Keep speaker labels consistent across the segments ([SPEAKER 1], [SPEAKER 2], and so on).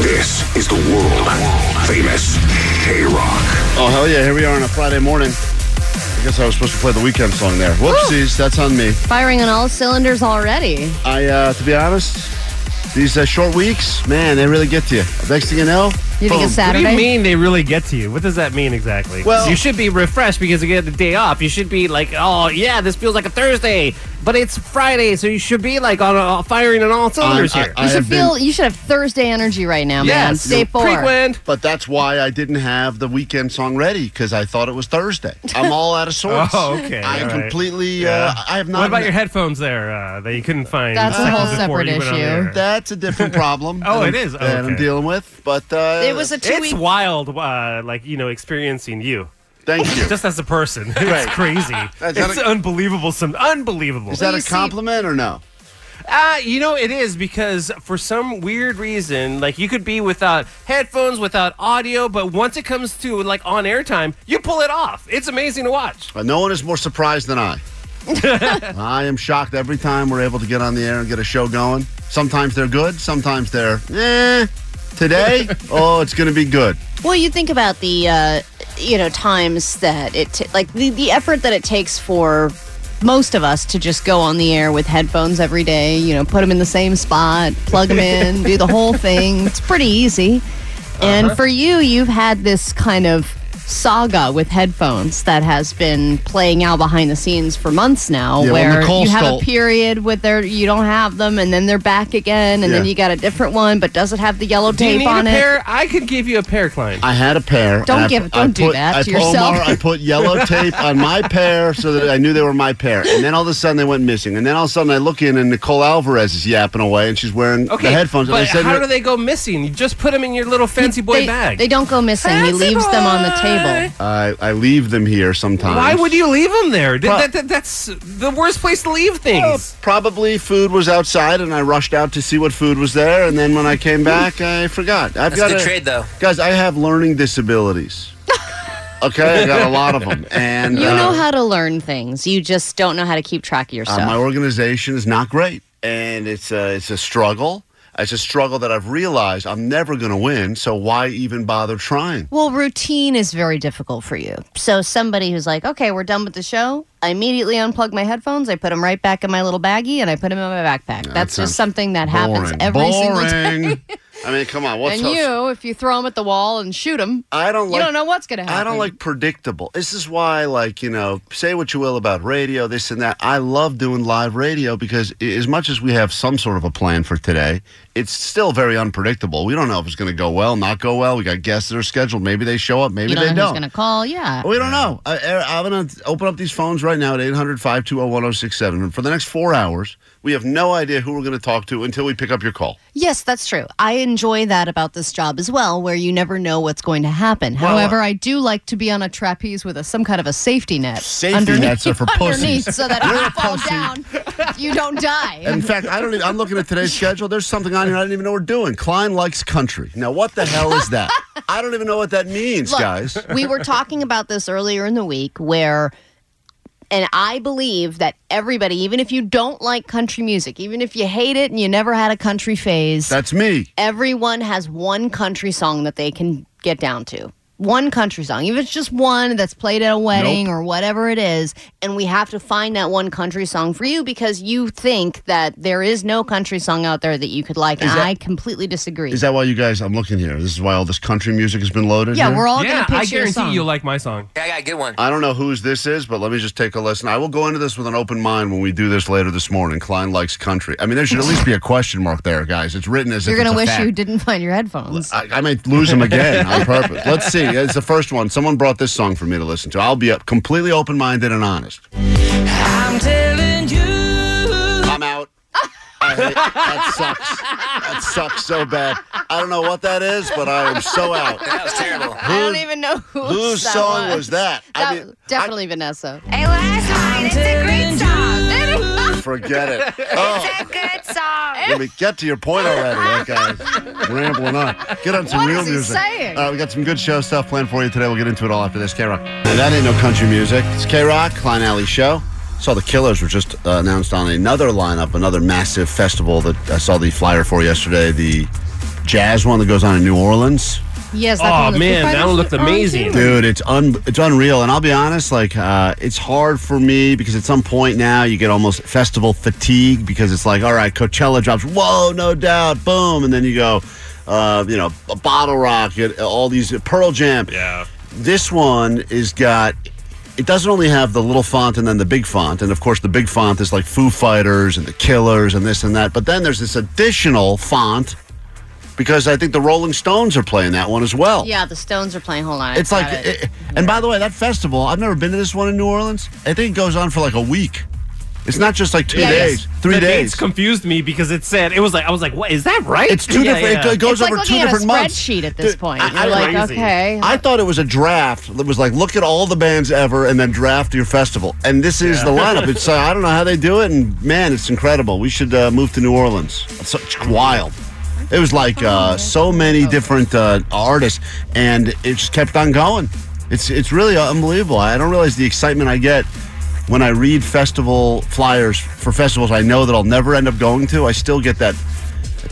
[SPEAKER 1] This is the world famous K Rock.
[SPEAKER 2] Oh hell yeah! Here we are on a Friday morning. I guess I was supposed to play the weekend song there. Whoopsies, that's on me.
[SPEAKER 3] Firing on all cylinders already.
[SPEAKER 2] I, uh, to be honest, these uh, short weeks, man, they really get to you. Next thing you know,
[SPEAKER 3] You think
[SPEAKER 2] boom.
[SPEAKER 3] it's
[SPEAKER 4] What do
[SPEAKER 3] Saturday?
[SPEAKER 4] you mean they really get to you? What does that mean exactly?
[SPEAKER 2] Well-
[SPEAKER 4] you should be refreshed because you get the day off. You should be like, oh yeah, this feels like a Thursday, but it's Friday, so you should be like on a, firing on all cylinders
[SPEAKER 2] I-
[SPEAKER 4] here.
[SPEAKER 2] I
[SPEAKER 3] You should
[SPEAKER 2] have been-
[SPEAKER 3] feel you should have Thursday energy right now, man.
[SPEAKER 4] yes,
[SPEAKER 3] Stay forward.
[SPEAKER 4] frequent.
[SPEAKER 2] but that's why I didn't have the weekend song ready because I thought it was Thursday. I'm all out of sorts.
[SPEAKER 4] Oh, okay,
[SPEAKER 2] I
[SPEAKER 4] all right.
[SPEAKER 2] completely. Uh, I have not.
[SPEAKER 4] What about your headphones there uh, that you couldn't find?
[SPEAKER 3] That's a whole
[SPEAKER 4] seconds before
[SPEAKER 3] separate
[SPEAKER 4] you went on the
[SPEAKER 3] issue.
[SPEAKER 4] air?
[SPEAKER 2] That's a different problem.
[SPEAKER 4] Oh,
[SPEAKER 2] that
[SPEAKER 4] it
[SPEAKER 2] I'm-
[SPEAKER 4] is? Oh,
[SPEAKER 2] that I'm
[SPEAKER 4] okay.
[SPEAKER 2] dealing with. But uh,
[SPEAKER 5] It was a two
[SPEAKER 4] It's
[SPEAKER 5] week.
[SPEAKER 4] wild, uh, like you know, experiencing you
[SPEAKER 2] Thank you.
[SPEAKER 4] just as a person. It's
[SPEAKER 2] Right.
[SPEAKER 4] crazy.
[SPEAKER 2] That's not
[SPEAKER 4] it's
[SPEAKER 2] a-
[SPEAKER 4] unbelievable. Some unbelievable.
[SPEAKER 2] is that
[SPEAKER 5] Well,
[SPEAKER 2] a
[SPEAKER 5] you see-
[SPEAKER 2] compliment or no?
[SPEAKER 4] Uh, you know, it is because for some weird reason, like you could be without headphones, without audio, but once it comes to like on air time, you pull it off. It's amazing to watch.
[SPEAKER 2] But no one is more surprised than I. I am shocked every time we're able to get on the air and get a show going. Sometimes they're good, sometimes they're eh. Today, oh, it's going to be good.
[SPEAKER 5] Well, you think about the uh, you know times that it t- like the, the effort that it takes for most of us to just go on the air with headphones every day. You know, put them in the same spot, plug them in, do the whole thing. It's pretty easy. And for you, you've had this kind of saga with headphones that has been playing out behind the scenes for months now
[SPEAKER 2] Yeah, well,
[SPEAKER 5] where
[SPEAKER 2] Nicole
[SPEAKER 5] you have
[SPEAKER 2] stole-
[SPEAKER 5] a period with their you don't have them and then they're back again and then
[SPEAKER 2] Yeah.
[SPEAKER 5] you got a different one but does it have the yellow
[SPEAKER 4] Do you
[SPEAKER 5] tape
[SPEAKER 4] need
[SPEAKER 5] on
[SPEAKER 4] a
[SPEAKER 5] it
[SPEAKER 4] pair? I could give you a pair, Klein.
[SPEAKER 2] I had a pair.
[SPEAKER 5] Don't
[SPEAKER 2] and I
[SPEAKER 5] give-
[SPEAKER 2] put-
[SPEAKER 5] don't do
[SPEAKER 2] put-
[SPEAKER 5] that
[SPEAKER 2] I
[SPEAKER 5] to
[SPEAKER 2] put-
[SPEAKER 5] yourself.
[SPEAKER 2] Omar, I put yellow tape on my pair so that I knew they were my pair. And then all of a sudden they went missing. And then all of a sudden I look in and Nicole Alvarez is yapping away and she's wearing
[SPEAKER 4] Okay,
[SPEAKER 2] the headphones.
[SPEAKER 4] But
[SPEAKER 2] and I said,
[SPEAKER 4] how
[SPEAKER 2] to
[SPEAKER 4] do
[SPEAKER 2] her,
[SPEAKER 4] they go missing? You just put them in your little fancy boy
[SPEAKER 5] they,
[SPEAKER 4] bag.
[SPEAKER 5] they don't go missing. he
[SPEAKER 4] Fancy
[SPEAKER 5] leaves them on the table.
[SPEAKER 2] I, I leave them here sometimes.
[SPEAKER 4] Why would you leave them there? Th-
[SPEAKER 2] Pro-
[SPEAKER 4] that- that- that's the worst place to leave things.
[SPEAKER 5] Oh,
[SPEAKER 2] Probably food was outside, and I rushed out to see what food was there. And then when I came back, I forgot. I've
[SPEAKER 6] That's
[SPEAKER 2] got
[SPEAKER 6] a good
[SPEAKER 2] a-
[SPEAKER 6] trade, though.
[SPEAKER 2] guys. I have learning disabilities. okay, I got a lot of them, and
[SPEAKER 5] You
[SPEAKER 2] uh,
[SPEAKER 5] know how to learn things. You just don't know how to keep track of your
[SPEAKER 2] uh,
[SPEAKER 5] stuff.
[SPEAKER 2] my organization is not great, and it's a it's a struggle. It's a struggle that I've realized I'm never going to win. So why even bother trying?
[SPEAKER 5] well, routine is very difficult for you. So somebody who's like, okay, we're done with the show. I immediately unplug my headphones. I put them right back in my little baggie, and I put them in my backpack. That's
[SPEAKER 2] sounds
[SPEAKER 5] just something that happens
[SPEAKER 2] Boring.
[SPEAKER 5] every single day.
[SPEAKER 2] Boring. I mean, come on. What's
[SPEAKER 5] And
[SPEAKER 2] up?
[SPEAKER 5] you, if you throw them at the wall and shoot them,
[SPEAKER 2] I don't
[SPEAKER 5] you
[SPEAKER 2] like.
[SPEAKER 5] don't know what's going to happen.
[SPEAKER 2] I don't like predictable. This is why, like, you know, say what you will about radio, this and that. I love doing live radio because i- as much as we have some sort of a plan for today, it's still very unpredictable. We don't know if it's going to go well, not go well. We got guests that are scheduled. Maybe they show up, maybe
[SPEAKER 5] You
[SPEAKER 2] they
[SPEAKER 5] don't know who's
[SPEAKER 2] don't.
[SPEAKER 5] going to call. Yeah.
[SPEAKER 2] We don't know. I, I- I'm going to open up these phones right now at 800 520 1067. And for the next four hours, we have no idea who we're going to talk to until we pick up your call.
[SPEAKER 5] Yes, that's true. I enjoy that about this job as well, where you never know what's going to happen. However, I do like to be on a trapeze with a, some kind of a safety net.
[SPEAKER 2] Safety nets are for pussies.
[SPEAKER 5] underneath so that
[SPEAKER 2] You're
[SPEAKER 5] if
[SPEAKER 2] a
[SPEAKER 5] you fall
[SPEAKER 2] pussy.
[SPEAKER 5] down, you don't die.
[SPEAKER 2] And in fact, I don't. Even, I'm looking at today's schedule. There's something on here I didn't even know we're doing. Klein likes country. Now, what the hell is that? I don't even know what that means,
[SPEAKER 5] Look,
[SPEAKER 2] guys.
[SPEAKER 5] we were talking about this earlier in the week where and I believe that everybody, even if you don't like country music, even if you hate it and you never had a country phase,
[SPEAKER 2] That's me.
[SPEAKER 5] everyone has one country song that they can get down to. one country song, if it's just one that's played at a wedding or whatever it is, and we have to find that one country song for you because you think that there is no country song out there that you could like. and I completely disagree.
[SPEAKER 2] Is that why you guys? I'm looking here. This is why all this country music has been loaded.
[SPEAKER 5] yeah,
[SPEAKER 2] here?
[SPEAKER 5] we're all
[SPEAKER 4] yeah,
[SPEAKER 5] gonna pick
[SPEAKER 4] I
[SPEAKER 5] your
[SPEAKER 4] guarantee
[SPEAKER 5] song.
[SPEAKER 4] you'll like my song.
[SPEAKER 6] I got a good one.
[SPEAKER 2] I don't know whose this is, but let me just take a listen. I will go into this with an open mind when we do this later this morning. Klein likes country. I mean, there should at least be a question mark there, guys. It's written as
[SPEAKER 5] You're
[SPEAKER 2] if
[SPEAKER 5] gonna
[SPEAKER 2] it's a
[SPEAKER 5] wish
[SPEAKER 2] fact.
[SPEAKER 5] you didn't find your headphones.
[SPEAKER 2] I, I may lose him again on purpose. Let's see. It's the first one. Someone brought this song for me to listen to. I'll be up completely open minded and honest.
[SPEAKER 6] I'm telling you.
[SPEAKER 2] I'm out. I hate, that sucks. That sucks so bad. I don't know what that is, but I am so out.
[SPEAKER 6] That was terrible.
[SPEAKER 5] I don't even know who
[SPEAKER 2] uh, Whose
[SPEAKER 5] that
[SPEAKER 2] song was that?
[SPEAKER 5] That
[SPEAKER 2] I
[SPEAKER 5] was definitely Vanessa.
[SPEAKER 7] It was fine. It's a great song.
[SPEAKER 2] I- forget it. Oh,
[SPEAKER 7] It's a good song.
[SPEAKER 2] let me get to your point already. That guy's rambling on. Get on some
[SPEAKER 5] What
[SPEAKER 2] real
[SPEAKER 5] is he
[SPEAKER 2] music.
[SPEAKER 5] saying?
[SPEAKER 2] All right, we got some good show stuff planned for you today. We'll get into it all after this. K Rock. That ain't no country music. It's K Rock, Klein Alley Show. Saw the Killers were just uh, announced on another lineup, another massive festival that I saw the flyer for yesterday. The jazz one that goes on in New Orleans.
[SPEAKER 5] Yes, that's the
[SPEAKER 4] Oh
[SPEAKER 5] one that Foo
[SPEAKER 4] man, that
[SPEAKER 5] Fighters
[SPEAKER 4] one looked
[SPEAKER 5] were on, too.
[SPEAKER 4] amazing.
[SPEAKER 2] dude it's un it's unreal and i'll be honest like uh it's hard for me because at some point now you get almost festival fatigue because it's like all right coachella drops whoa no doubt boom and then you go uh you know a bottle rock you get all these pearl jam
[SPEAKER 4] Yeah.
[SPEAKER 2] this one is got it doesn't only have the little font and then the big font and of course the big font is like foo fighters and the killers and this and that but then there's this additional font because i think the rolling stones are playing that one as well
[SPEAKER 5] Yeah, the Stones are playing. Hold on, I
[SPEAKER 2] it's like,
[SPEAKER 5] got it.
[SPEAKER 2] it- and by the way, that festival, I've never been to this one in New Orleans. I think it goes on for like a week. It's not just like two
[SPEAKER 5] Yeah,
[SPEAKER 2] days, three
[SPEAKER 4] the
[SPEAKER 2] days.
[SPEAKER 4] dates confused me because it said it was like I was like, what is that right?
[SPEAKER 2] it's two
[SPEAKER 4] Yeah,
[SPEAKER 2] different.
[SPEAKER 4] yeah.
[SPEAKER 2] It goes
[SPEAKER 5] It's like
[SPEAKER 2] over two
[SPEAKER 5] looking at a
[SPEAKER 2] different months.
[SPEAKER 5] spreadsheet at this
[SPEAKER 2] Dude,
[SPEAKER 5] point.
[SPEAKER 2] I-
[SPEAKER 5] You're
[SPEAKER 2] I
[SPEAKER 5] like,
[SPEAKER 4] crazy.
[SPEAKER 5] okay,
[SPEAKER 2] I thought it was a draft that was like, look at all the bands ever, and then draft your festival. And this is the lineup. It's uh, I don't know how they do it, and man, it's incredible. We should uh, move to New Orleans. It's such wild. It was like uh, so many different uh, artists, and it just kept on going. It's it's really unbelievable. I don't realize the excitement I get when I read festival flyers for festivals I know that I'll never end up going to. I still get that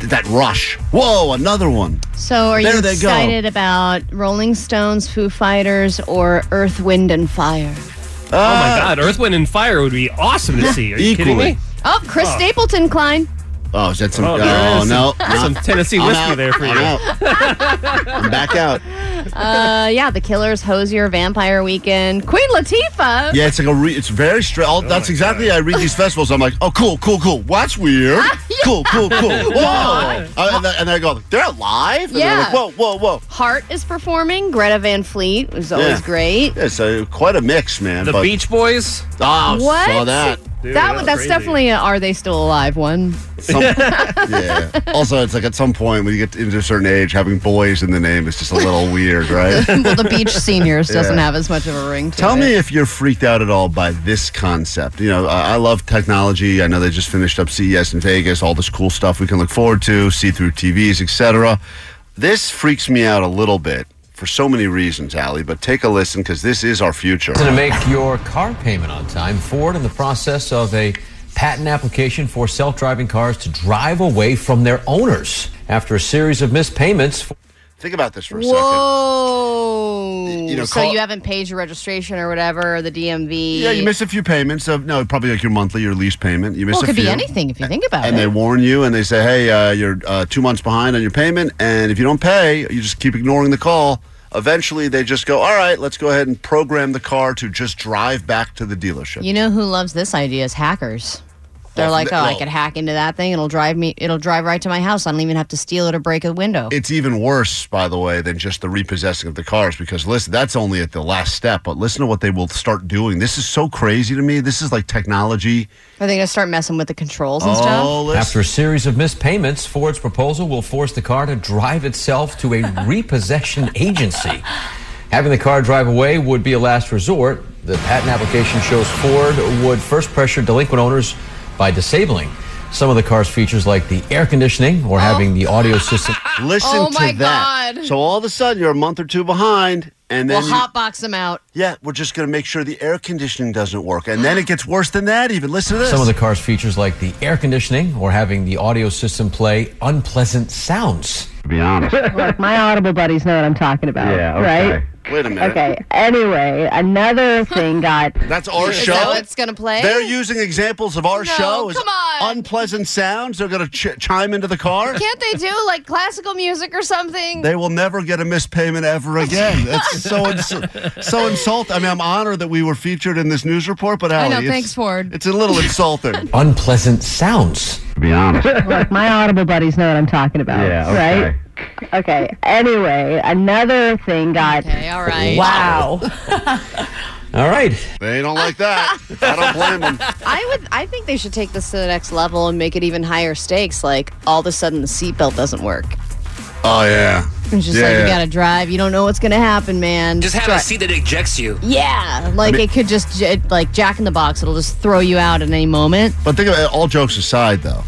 [SPEAKER 2] that rush. Whoa, another one.
[SPEAKER 5] So are
[SPEAKER 2] There
[SPEAKER 5] you
[SPEAKER 2] they go.
[SPEAKER 5] excited about Rolling Stones, Foo Fighters, or Earth, Wind, and Fire?
[SPEAKER 4] Oh my god, Earth, Wind, and Fire would be awesome to see. Are you kidding
[SPEAKER 2] Equally.
[SPEAKER 4] me?
[SPEAKER 5] Oh, Chris Stapleton, Klein.
[SPEAKER 2] Oh, is that some? Oh,
[SPEAKER 4] Oh, there is
[SPEAKER 2] no, Oh,
[SPEAKER 4] some- some Tennessee
[SPEAKER 2] I'm
[SPEAKER 4] whiskey
[SPEAKER 2] out.
[SPEAKER 4] there for
[SPEAKER 2] I'm
[SPEAKER 4] you.
[SPEAKER 2] out. I'm back out.
[SPEAKER 5] Uh, yeah, The Killers, Hosier, Vampire Weekend, Queen Latifah.
[SPEAKER 2] Yeah, it's like a. Re- it's very straight.
[SPEAKER 4] Oh
[SPEAKER 2] all that's exactly. I read these festivals. I'm like, oh, cool, cool, cool. What's weird? Cool, cool, cool. Whoa! Uh, and, then, and then I go, they're alive. And
[SPEAKER 5] Yeah.
[SPEAKER 2] They're like, whoa, whoa, whoa.
[SPEAKER 5] Heart is performing. Greta Van Fleet was
[SPEAKER 2] Yeah.
[SPEAKER 5] always great.
[SPEAKER 2] Yeah, so quite a mix, man.
[SPEAKER 4] The
[SPEAKER 2] but,
[SPEAKER 4] Beach Boys.
[SPEAKER 2] Oh,
[SPEAKER 5] What?
[SPEAKER 2] saw that.
[SPEAKER 4] Dude,
[SPEAKER 5] that,
[SPEAKER 4] that
[SPEAKER 5] was-
[SPEAKER 4] was
[SPEAKER 5] that's
[SPEAKER 4] crazy.
[SPEAKER 5] definitely an Are They Still Alive one.
[SPEAKER 2] Some, yeah. Also, it's like at some point when you get into a certain age, having boys in the name is just a little weird, right?
[SPEAKER 5] well, the Beach Seniors doesn't
[SPEAKER 2] Yeah.
[SPEAKER 5] have as much of a ring to
[SPEAKER 2] Tell
[SPEAKER 5] it.
[SPEAKER 2] me if you're freaked out at all by this concept. You know, I, I love technology. I know they just finished up CES in Vegas. All this cool stuff we can look forward to, see through TVs, etc. This freaks me out a little bit for so many reasons, Allie. But take a listen because this is our future.
[SPEAKER 8] to make your car payment on time. Ford in the process of a patent application for self-driving cars to drive away from their owners after a series of missed payments.
[SPEAKER 2] Think about this for a second.
[SPEAKER 5] Whoa.
[SPEAKER 2] You know,
[SPEAKER 5] so
[SPEAKER 2] call-
[SPEAKER 5] you haven't paid your registration or whatever, or the DMV.
[SPEAKER 2] Yeah, you miss a few payments of no, probably like your monthly, your lease payment. You miss
[SPEAKER 5] Well, it
[SPEAKER 2] a
[SPEAKER 5] could
[SPEAKER 2] few.
[SPEAKER 5] be anything if you think about
[SPEAKER 2] And
[SPEAKER 5] it.
[SPEAKER 2] they warn you, and they say, "Hey, uh, you're uh, two months behind on your payment, and if you don't pay, you just keep ignoring the call." Eventually, they just go, "All right, let's go ahead and program the car to just drive back to the dealership."
[SPEAKER 5] You know who loves this idea is hackers. They're
[SPEAKER 2] Well,
[SPEAKER 5] like, oh,
[SPEAKER 2] th-
[SPEAKER 5] I
[SPEAKER 2] well-
[SPEAKER 5] could hack into that thing. It'll drive me. It'll drive right to my house. I don't even have to steal it or break a window.
[SPEAKER 2] it's even worse, by the way, than just the repossessing of the cars because listen, that's only at the last step. But listen to what they will start doing. This is so crazy to me. This is like technology.
[SPEAKER 5] Are they gonna start messing with the controls and
[SPEAKER 2] Oh,
[SPEAKER 5] stuff?
[SPEAKER 2] listen.
[SPEAKER 8] After a series of missed payments, Ford's proposal will force the car to drive itself to a repossession agency. Having the car drive away would be a last resort. The patent application shows Ford would first pressure delinquent owners by disabling some of the car's features like the air conditioning or having the audio system.
[SPEAKER 2] Listen
[SPEAKER 5] Oh my
[SPEAKER 2] to that.
[SPEAKER 5] God.
[SPEAKER 2] So all of a sudden, you're a month or two behind, and then
[SPEAKER 5] We'll
[SPEAKER 2] you-
[SPEAKER 5] hotbox them out.
[SPEAKER 2] Yeah, we're just going to make sure the air conditioning doesn't work. And then it gets worse than that, even. Listen to this.
[SPEAKER 8] Some of the car's features like the air conditioning or having the audio system play unpleasant sounds.
[SPEAKER 2] be honest.
[SPEAKER 9] Look, my audible buddies know what I'm talking about.
[SPEAKER 2] Yeah, okay.
[SPEAKER 9] Right?
[SPEAKER 2] Wait a minute.
[SPEAKER 9] Okay. Anyway, another thing got.
[SPEAKER 2] That's our
[SPEAKER 5] Is
[SPEAKER 2] show.
[SPEAKER 5] that what's gonna play?
[SPEAKER 2] They're using examples of our
[SPEAKER 5] No,
[SPEAKER 2] show as
[SPEAKER 5] come on.
[SPEAKER 2] unpleasant sounds. They're going to ch- chime into the car.
[SPEAKER 5] Can't they do like classical music or something?
[SPEAKER 2] They will never get a missed payment ever again. That's so ins- so insulting. I mean, I'm honored that we were featured in this news report, but
[SPEAKER 10] I
[SPEAKER 2] Allie,
[SPEAKER 10] know,
[SPEAKER 2] it's-
[SPEAKER 10] thanks, Ford.
[SPEAKER 2] It's a little insulting.
[SPEAKER 8] Unpleasant sounds.
[SPEAKER 2] To be honest.
[SPEAKER 9] Look, my audible buddies know what I'm talking about.
[SPEAKER 2] Yeah, okay.
[SPEAKER 9] Right? Okay. Anyway, another thing got.
[SPEAKER 5] Okay, all right.
[SPEAKER 9] Wow.
[SPEAKER 8] All right.
[SPEAKER 2] They don't like that. I don't blame them.
[SPEAKER 5] I would. I think they should take this to the next level and make it even higher stakes. Like all of a sudden the seatbelt doesn't work.
[SPEAKER 2] Oh, yeah.
[SPEAKER 5] It's just like you gotta drive. You don't know what's gonna happen, man.
[SPEAKER 11] Just have
[SPEAKER 5] Dri-
[SPEAKER 11] a seat that ejects you.
[SPEAKER 5] Yeah, like
[SPEAKER 2] mean-
[SPEAKER 5] it could just j- like Jack in the Box. It'll just throw you out at any moment.
[SPEAKER 2] But think about it, all jokes aside, though.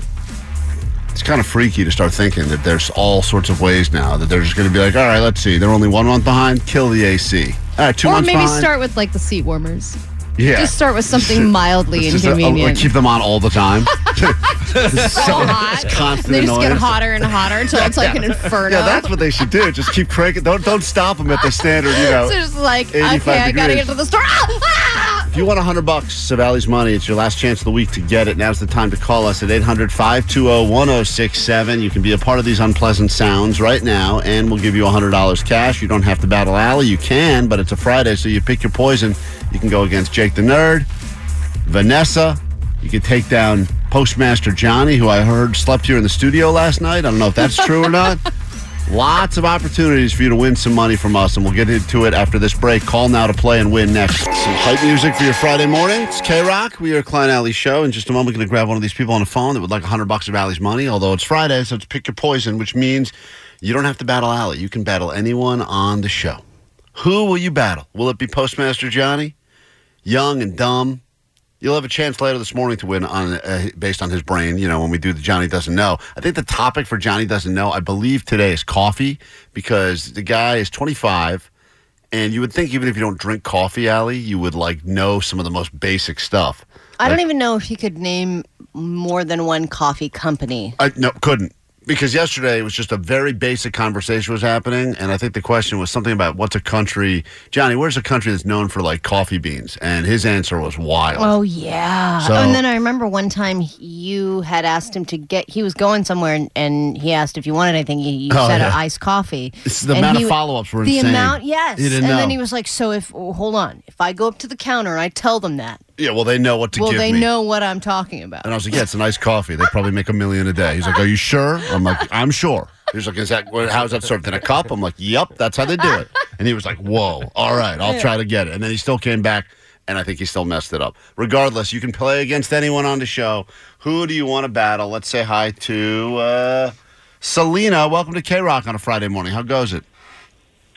[SPEAKER 2] It's kind of freaky to start thinking that there's all sorts of ways now that they're just going to be like, all right, let's see. They're only one month behind. Kill the AC. All right, two
[SPEAKER 5] or
[SPEAKER 2] months
[SPEAKER 5] maybe
[SPEAKER 2] behind.
[SPEAKER 5] start with like the seat warmers.
[SPEAKER 2] yeah.
[SPEAKER 5] Just start with something mildly
[SPEAKER 2] It's just a-
[SPEAKER 5] inconvenient.
[SPEAKER 2] keep them on all the time.
[SPEAKER 5] It's so hot.
[SPEAKER 2] It's constant
[SPEAKER 5] They just get
[SPEAKER 2] annoyance.
[SPEAKER 5] hotter and hotter until it's like an inferno.
[SPEAKER 2] Yeah, that's what they should do. Just keep cranking. Don't don't stop them at the standard. You know,
[SPEAKER 5] so just like,
[SPEAKER 2] 85
[SPEAKER 5] okay, I gotta
[SPEAKER 2] degrees.
[SPEAKER 5] get to the store. Ah!
[SPEAKER 2] If you want 100 bucks of Ali's money, it's your last chance of the week to get it. Now's the time to call us at 800 520 1067. You can be a part of these unpleasant sounds right now, and we'll give you $100 cash. You don't have to battle Allie. You can, but it's a Friday, so you pick your poison. You can go against Jake the Nerd, Vanessa. You can take down Postmaster Johnny, who I heard slept here in the studio last night. I don't know if that's true or not. Lots of opportunities for you to win some money from us, and we'll get into it after this break. Call now to play and win next. Some hype music for your Friday morning. It's K Rock. We are Klein Alley Show. In just a moment, we're going to grab one of these people on the phone that would like 100 bucks of Alley's money, although it's Friday, so it's pick your poison, which means you don't have to battle Alley. You can battle anyone on the show. Who will you battle? Will it be Postmaster Johnny? Young and dumb? You'll have a chance later this morning to win on uh, based on his brain. You know, when we do the Johnny doesn't know. I think the topic for Johnny doesn't know, I believe today is coffee because the guy is 25, and you would think even if you don't drink coffee, Allie, you would like know some of the most basic stuff.
[SPEAKER 3] I don't even know if you could name more than one coffee company.
[SPEAKER 2] I no couldn't because yesterday it was just a very basic conversation was happening, and I think the question was something about what's a country, Johnny? Where's a country that's known for like coffee beans? And his answer was wild.
[SPEAKER 3] Oh yeah.
[SPEAKER 2] So-
[SPEAKER 3] and then I remember one time you had asked him to get. He was going somewhere, and, and he asked if you wanted anything. You, you
[SPEAKER 2] Oh,
[SPEAKER 3] said
[SPEAKER 2] yeah.
[SPEAKER 3] an iced coffee.
[SPEAKER 2] It's the
[SPEAKER 3] And
[SPEAKER 2] amount
[SPEAKER 3] he-
[SPEAKER 2] of follow-ups were
[SPEAKER 3] the
[SPEAKER 2] insane.
[SPEAKER 3] amount, yes.
[SPEAKER 2] You didn't
[SPEAKER 3] and
[SPEAKER 2] know.
[SPEAKER 3] then he was like, "So if oh, hold on, if I go up to the counter and I tell them that,
[SPEAKER 2] yeah, well they know what to
[SPEAKER 3] will
[SPEAKER 2] give
[SPEAKER 3] they
[SPEAKER 2] me.
[SPEAKER 3] know what I'm talking about?"
[SPEAKER 2] And I was like, yeah, it's a nice coffee. They probably make a million a day. He's like, are you sure? I'm like, I'm sure. He's like, is that what- how's that served in a cup? I'm like, yep, that's how they do it. And he was like, whoa, all right, I'll try to get it. And then he still came back, and I think he still messed it up. Regardless, you can play against anyone on the show. Who do you want to battle? Let's say hi to uh, Selena. Welcome to K Rock on a Friday morning. How goes it?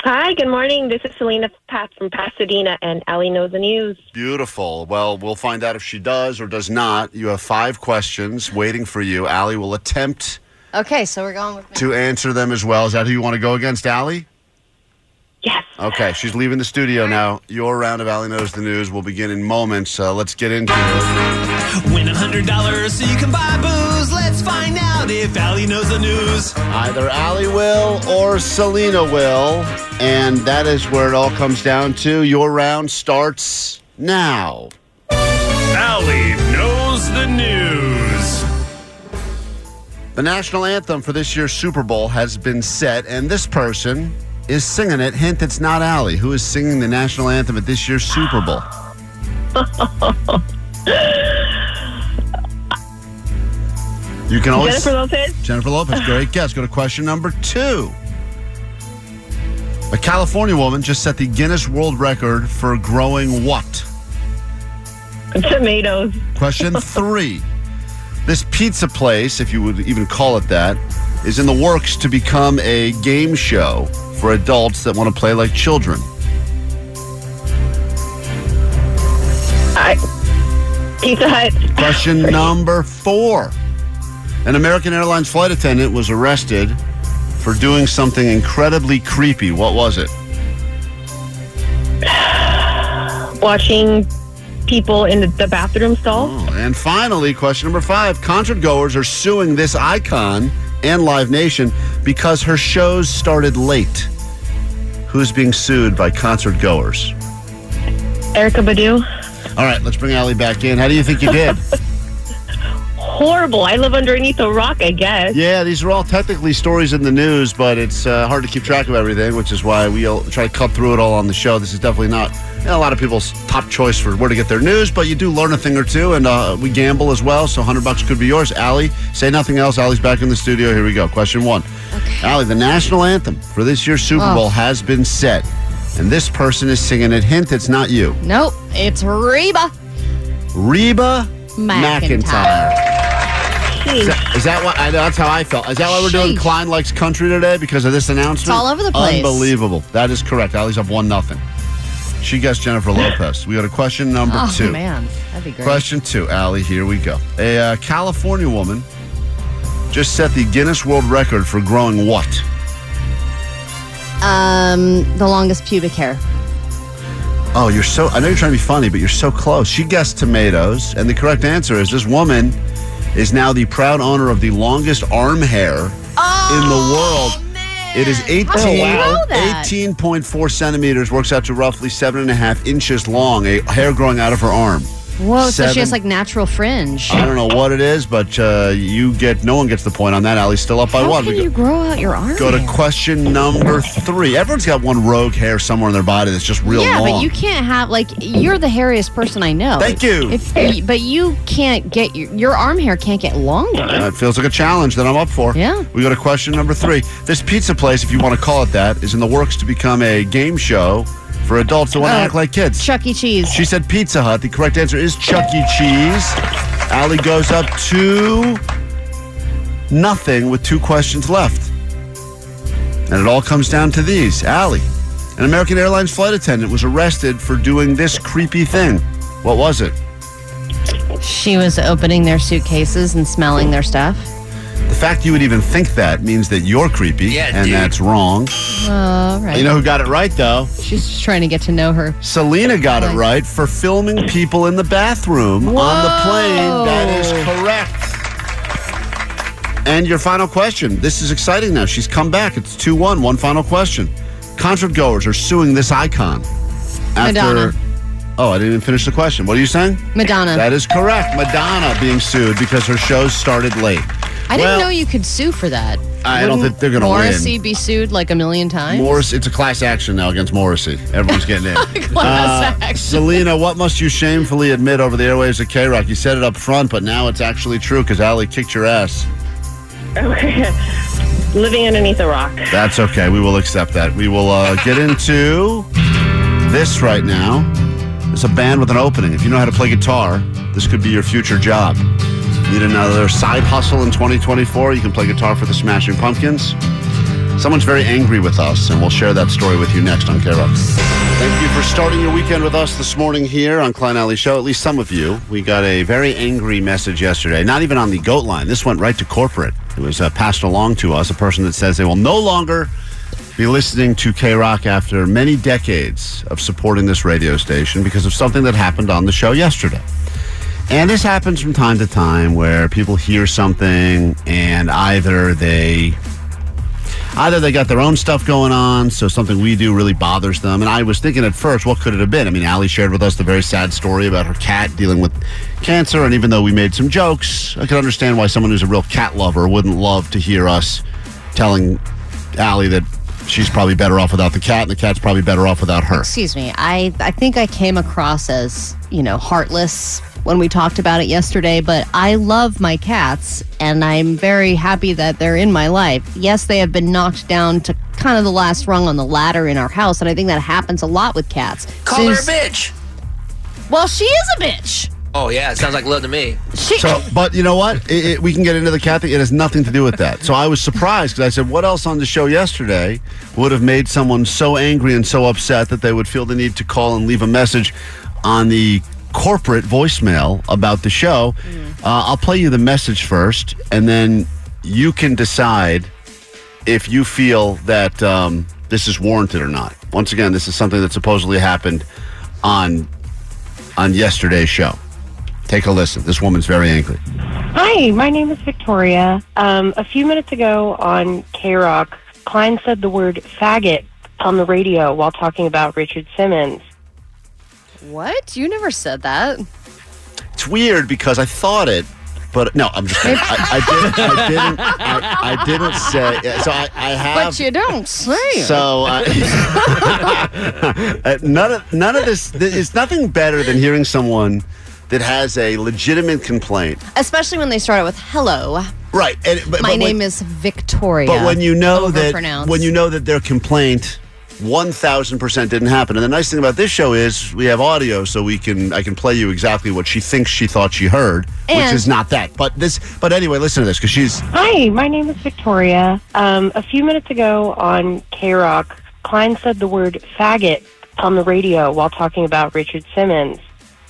[SPEAKER 12] Hi, good morning. This is Selena Pat from Pasadena, and Allie knows the news.
[SPEAKER 2] Beautiful. Well, we'll find out if she does or does not. You have five questions waiting for you. Allie will attempt.
[SPEAKER 3] Okay, so we're going with.
[SPEAKER 2] to answer them as well. Is that who you want to go against, Allie?
[SPEAKER 12] Yes.
[SPEAKER 2] Okay, she's leaving the studio now. Your round of Allie Knows the News will begin in moments. Uh, let's get into it.
[SPEAKER 6] Win a hundred dollars so you can buy booze. Let's find out if Allie knows the news.
[SPEAKER 2] Either Allie will or Selena will. And that is where it all comes down to. Your round starts now.
[SPEAKER 6] Allie knows the news.
[SPEAKER 2] The national anthem for this year's Super Bowl has been set, and this person is singing it. Hint, it's not Allie. Who is singing the national anthem at this year's Super Bowl? you can always.
[SPEAKER 12] Jennifer Lopez.
[SPEAKER 2] Jennifer Lopez, great guess. Go to question number two. A California woman just set the Guinness World Record for growing what?
[SPEAKER 12] Tomatoes.
[SPEAKER 2] Question three. This pizza place, if you would even call it that, is in the works to become a game show for adults that want to play like children.
[SPEAKER 12] I, Pizza Hut.
[SPEAKER 2] Question number four. An American Airlines flight attendant was arrested for doing something incredibly creepy. What was it?
[SPEAKER 12] Watching people in the, the bathroom stall.
[SPEAKER 2] Oh, and finally, question number five concert goers are suing this icon and Live Nation because her shows started late. who's being sued by concert goers?
[SPEAKER 12] Erica Badu.
[SPEAKER 2] All right, let's bring Allie back in. How do you think you did?
[SPEAKER 12] Horrible. I live underneath a rock, I guess.
[SPEAKER 2] yeah, these are all technically stories in the news, but it's uh, hard to keep track of everything, which is why we all try to cut through it all on the show. This is definitely not you know, a lot of people's top choice for where to get their news, but you do learn a thing or two, and uh, we gamble as well, so 100 bucks could be yours. Allie, say nothing else. Allie's back in the studio. Here we go. Question one. Allie, the national anthem for this year's Super
[SPEAKER 5] Oh.
[SPEAKER 2] Bowl has been set, and this person is singing it. Hint, it's not you.
[SPEAKER 5] Nope, it's Reba.
[SPEAKER 2] Reba
[SPEAKER 5] McEntire.
[SPEAKER 2] McIntyre. Is that, is that what? I, that's how I felt. Is that why we're doing Klein likes country today because of this announcement?
[SPEAKER 5] all over the place.
[SPEAKER 2] Unbelievable. That is correct. Allie's up one nothing. She guessed Jennifer Lopez. We go to question number
[SPEAKER 5] oh
[SPEAKER 2] two.
[SPEAKER 5] man, that'd be great.
[SPEAKER 2] Question two, Allie. Here we go. A uh, California woman just set the Guinness World Record for growing what?
[SPEAKER 5] Um, the longest pubic hair.
[SPEAKER 2] Oh, you're so. I know you're trying to be funny, but you're so close. She guessed tomatoes, and the correct answer is this woman is now the proud owner of the longest arm hair in the world. It is
[SPEAKER 5] How did Oh, you know that?
[SPEAKER 2] 18, 18.4 centimeters, works out to roughly seven and a half inches long, a hair growing out of her arm.
[SPEAKER 5] Whoa, so she
[SPEAKER 2] Seven-
[SPEAKER 5] has like natural fringe.
[SPEAKER 2] I don't know what it is, but uh, you get no one gets the point on that. Allie's still up by
[SPEAKER 5] How
[SPEAKER 2] one.
[SPEAKER 5] can
[SPEAKER 2] We go-
[SPEAKER 5] you grow out your arm?
[SPEAKER 2] Go to
[SPEAKER 5] hair?
[SPEAKER 2] question number three. Everyone's got one rogue hair somewhere in their body that's just real
[SPEAKER 5] yeah,
[SPEAKER 2] long.
[SPEAKER 5] but you can't have like you're the hairiest person I know.
[SPEAKER 2] Thank you.
[SPEAKER 5] If, but you can't get your, your arm hair can't get longer.
[SPEAKER 2] Uh, it feels like a challenge that I'm up for. Yeah. We go to question number three. This pizza place, if you want to call it that, is in the works to become a game show for adults that want to
[SPEAKER 5] Uh,
[SPEAKER 2] act like kids.
[SPEAKER 5] Chuck E. Cheese.
[SPEAKER 2] She said Pizza Hut. The correct answer is Chuck E. Cheese. Allie goes up to nothing with two questions left. And it all comes down to these. Allie, an American Airlines flight attendant, was arrested for doing this creepy thing. What was it?
[SPEAKER 5] She was opening their suitcases and smelling their stuff.
[SPEAKER 2] The fact you would even think that means that you're creepy, and that's wrong.
[SPEAKER 5] All right.
[SPEAKER 2] You know who got it right, though?
[SPEAKER 5] She's just trying to get to know her.
[SPEAKER 2] Selena got it right for filming people in the bathroom on the plane. That is correct. And your final question. This is exciting now. She's come back. It's 2 1. One final question. Concert goers are suing this icon after.
[SPEAKER 5] Madonna.
[SPEAKER 2] Oh, I didn't even finish the question. What are you saying?
[SPEAKER 5] Madonna.
[SPEAKER 2] That is correct. Madonna being sued because her shows started late.
[SPEAKER 5] I didn't
[SPEAKER 2] Well,
[SPEAKER 5] know you could sue for that.
[SPEAKER 2] I don't think they're going to win.
[SPEAKER 5] Morrissey be sued like a million times.
[SPEAKER 2] Morris, it's a class action now against Morrissey. Everyone's getting in. Uh,
[SPEAKER 5] Class action.
[SPEAKER 2] Selena, what must you shamefully admit over the airwaves of K Rock? You said it up front, but now it's actually true because Allie kicked your ass.
[SPEAKER 12] Okay. Living underneath a rock.
[SPEAKER 2] That's okay. We will accept that. We will uh, get into this right now. It's a band with an opening. If you know how to play guitar, this could be your future job. Need another side hustle in 2024? You can play guitar for the Smashing Pumpkins. Someone's very angry with us, and we'll share that story with you next on K Rock. Thank you for starting your weekend with us this morning here on Klein Alley Show. At least some of you. We got a very angry message yesterday, not even on the goat line. This went right to corporate. It was uh, passed along to us, a person that says they will no longer be listening to K Rock after many decades of supporting this radio station because of something that happened on the show yesterday. And this happens from time to time where people hear something and either they either they got their own stuff going on, so something we do really bothers them. And I was thinking at first, what could it have been? I mean, Allie shared with us the very sad story about her cat dealing with cancer, and even though we made some jokes, I could understand why someone who's a real cat lover wouldn't love to hear us telling Allie that she's probably better off without the cat, and the cat's probably better off without her.
[SPEAKER 5] Excuse me. I I think I came across as, you know, heartless when we talked about it yesterday, but I love my cats and I'm very happy that they're in my life. Yes, they have been knocked down to kind of the last rung on the ladder in our house, and I think that happens a lot with cats.
[SPEAKER 6] Call her a
[SPEAKER 5] Soon-
[SPEAKER 6] bitch.
[SPEAKER 5] Well, she is a bitch.
[SPEAKER 6] Oh yeah, it sounds like love to me.
[SPEAKER 2] So, but you know what? It, it, we can get into the cat thing. It has nothing to do with that. So I was surprised because I said, what else on the show yesterday would have made someone so angry and so upset that they would feel the need to call and leave a message on the corporate voicemail about the show? Uh, I'll play you the message first, and then you can decide if you feel that um, this is warranted or not. Once again, this is something that supposedly happened on on yesterday's show. Take a listen. This woman's very angry.
[SPEAKER 12] Hi, my name is Victoria. Um, a few minutes ago on K Rock, Klein said the word faggot
[SPEAKER 10] on the radio while talking about Richard Simmons.
[SPEAKER 5] What? You never said that.
[SPEAKER 2] It's weird because I thought it, but no, I'm just. I, I didn't. I didn't. I, I didn't say. yeah, So I, I have.
[SPEAKER 5] but you don't say it.
[SPEAKER 2] Um, So uh, uh, none of none of this. th- It's nothing better than hearing someone that has a legitimate complaint.
[SPEAKER 5] Especially when they start out with hello.
[SPEAKER 2] Right. And, but,
[SPEAKER 5] My
[SPEAKER 2] but
[SPEAKER 5] name
[SPEAKER 2] when,
[SPEAKER 5] is Victoria.
[SPEAKER 2] But when you know that
[SPEAKER 5] Overpronounced.
[SPEAKER 2] when you know that their complaint. One thousand percent didn't happen, and the nice thing about this show is we have audio, so we can I can play you exactly what she thinks she thought she heard, which
[SPEAKER 10] And-
[SPEAKER 2] is not that. But this, but anyway, listen to this because she's
[SPEAKER 10] Hi, my name is Victoria. Um, a few minutes ago on K Rock, Klein said the word faggot on the radio while talking about Richard Simmons.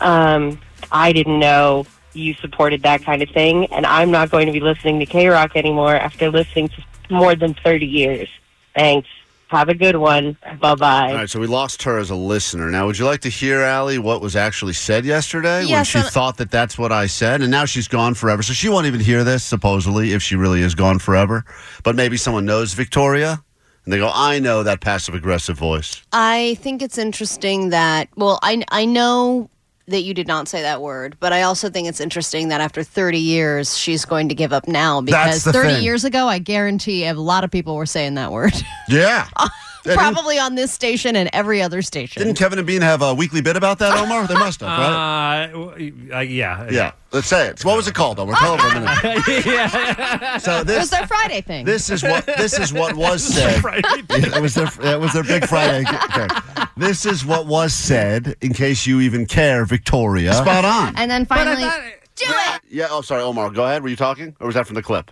[SPEAKER 10] Um, I didn't know you supported that kind of thing, and I'm not going to be listening to K Rock anymore after listening to more than 30 years. Thanks. Have a good one. Bye bye.
[SPEAKER 2] All right, so we lost her as a listener. Now, would you like to hear, Allie, what was actually said yesterday when
[SPEAKER 5] Yes,
[SPEAKER 2] she
[SPEAKER 5] and-
[SPEAKER 2] thought that that's what I said? And now she's gone forever. So she won't even hear this, supposedly, if she really is gone forever. But maybe someone knows Victoria and they go, I know that passive aggressive voice.
[SPEAKER 5] I think it's interesting that, well, I, I know that you did not say that word, but I also think it's interesting that after 30 years, she's going to give up now
[SPEAKER 2] That's
[SPEAKER 5] because
[SPEAKER 2] the
[SPEAKER 5] 30
[SPEAKER 2] thing.
[SPEAKER 5] years ago, I guarantee a lot of people were saying that word.
[SPEAKER 2] Yeah. didn't-
[SPEAKER 5] Probably on this station and every other station.
[SPEAKER 2] Didn't Kevin and Bean have a weekly bit about that, Omar? They must have, right?
[SPEAKER 4] Uh, yeah.
[SPEAKER 2] yeah. Let's say it. So What was it called, Omar? Tell them in a minute.
[SPEAKER 4] yeah.
[SPEAKER 2] So
[SPEAKER 5] it
[SPEAKER 2] this.
[SPEAKER 5] was their Friday thing.
[SPEAKER 2] This is what this is what was said. Yeah, it was their that was their big Friday. Okay. This is what was said. In case you even care, Victoria. Spot on.
[SPEAKER 5] And then finally, do it.
[SPEAKER 2] Yeah. Oh, sorry, Omar. Go ahead. Were you talking, or was that from the clip?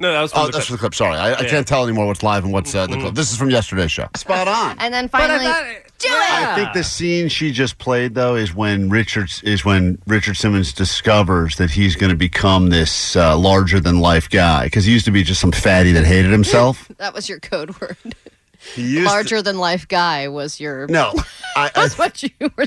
[SPEAKER 4] No, that was
[SPEAKER 2] oh, that's from the clip. Sorry, I, I
[SPEAKER 4] Yeah.
[SPEAKER 2] can't tell anymore what's live and what's uh, the clip. This is from yesterday's show. Spot on.
[SPEAKER 5] And then finally, do it.
[SPEAKER 2] I think the scene she just played though is when Richards is when Richard Simmons discovers that he's going to become this uh, larger than life guy because he used to be just some fatty that hated himself.
[SPEAKER 5] That was your code word.
[SPEAKER 2] He used to-
[SPEAKER 5] Larger than life guy was your.
[SPEAKER 2] No, I, I
[SPEAKER 5] That's what you were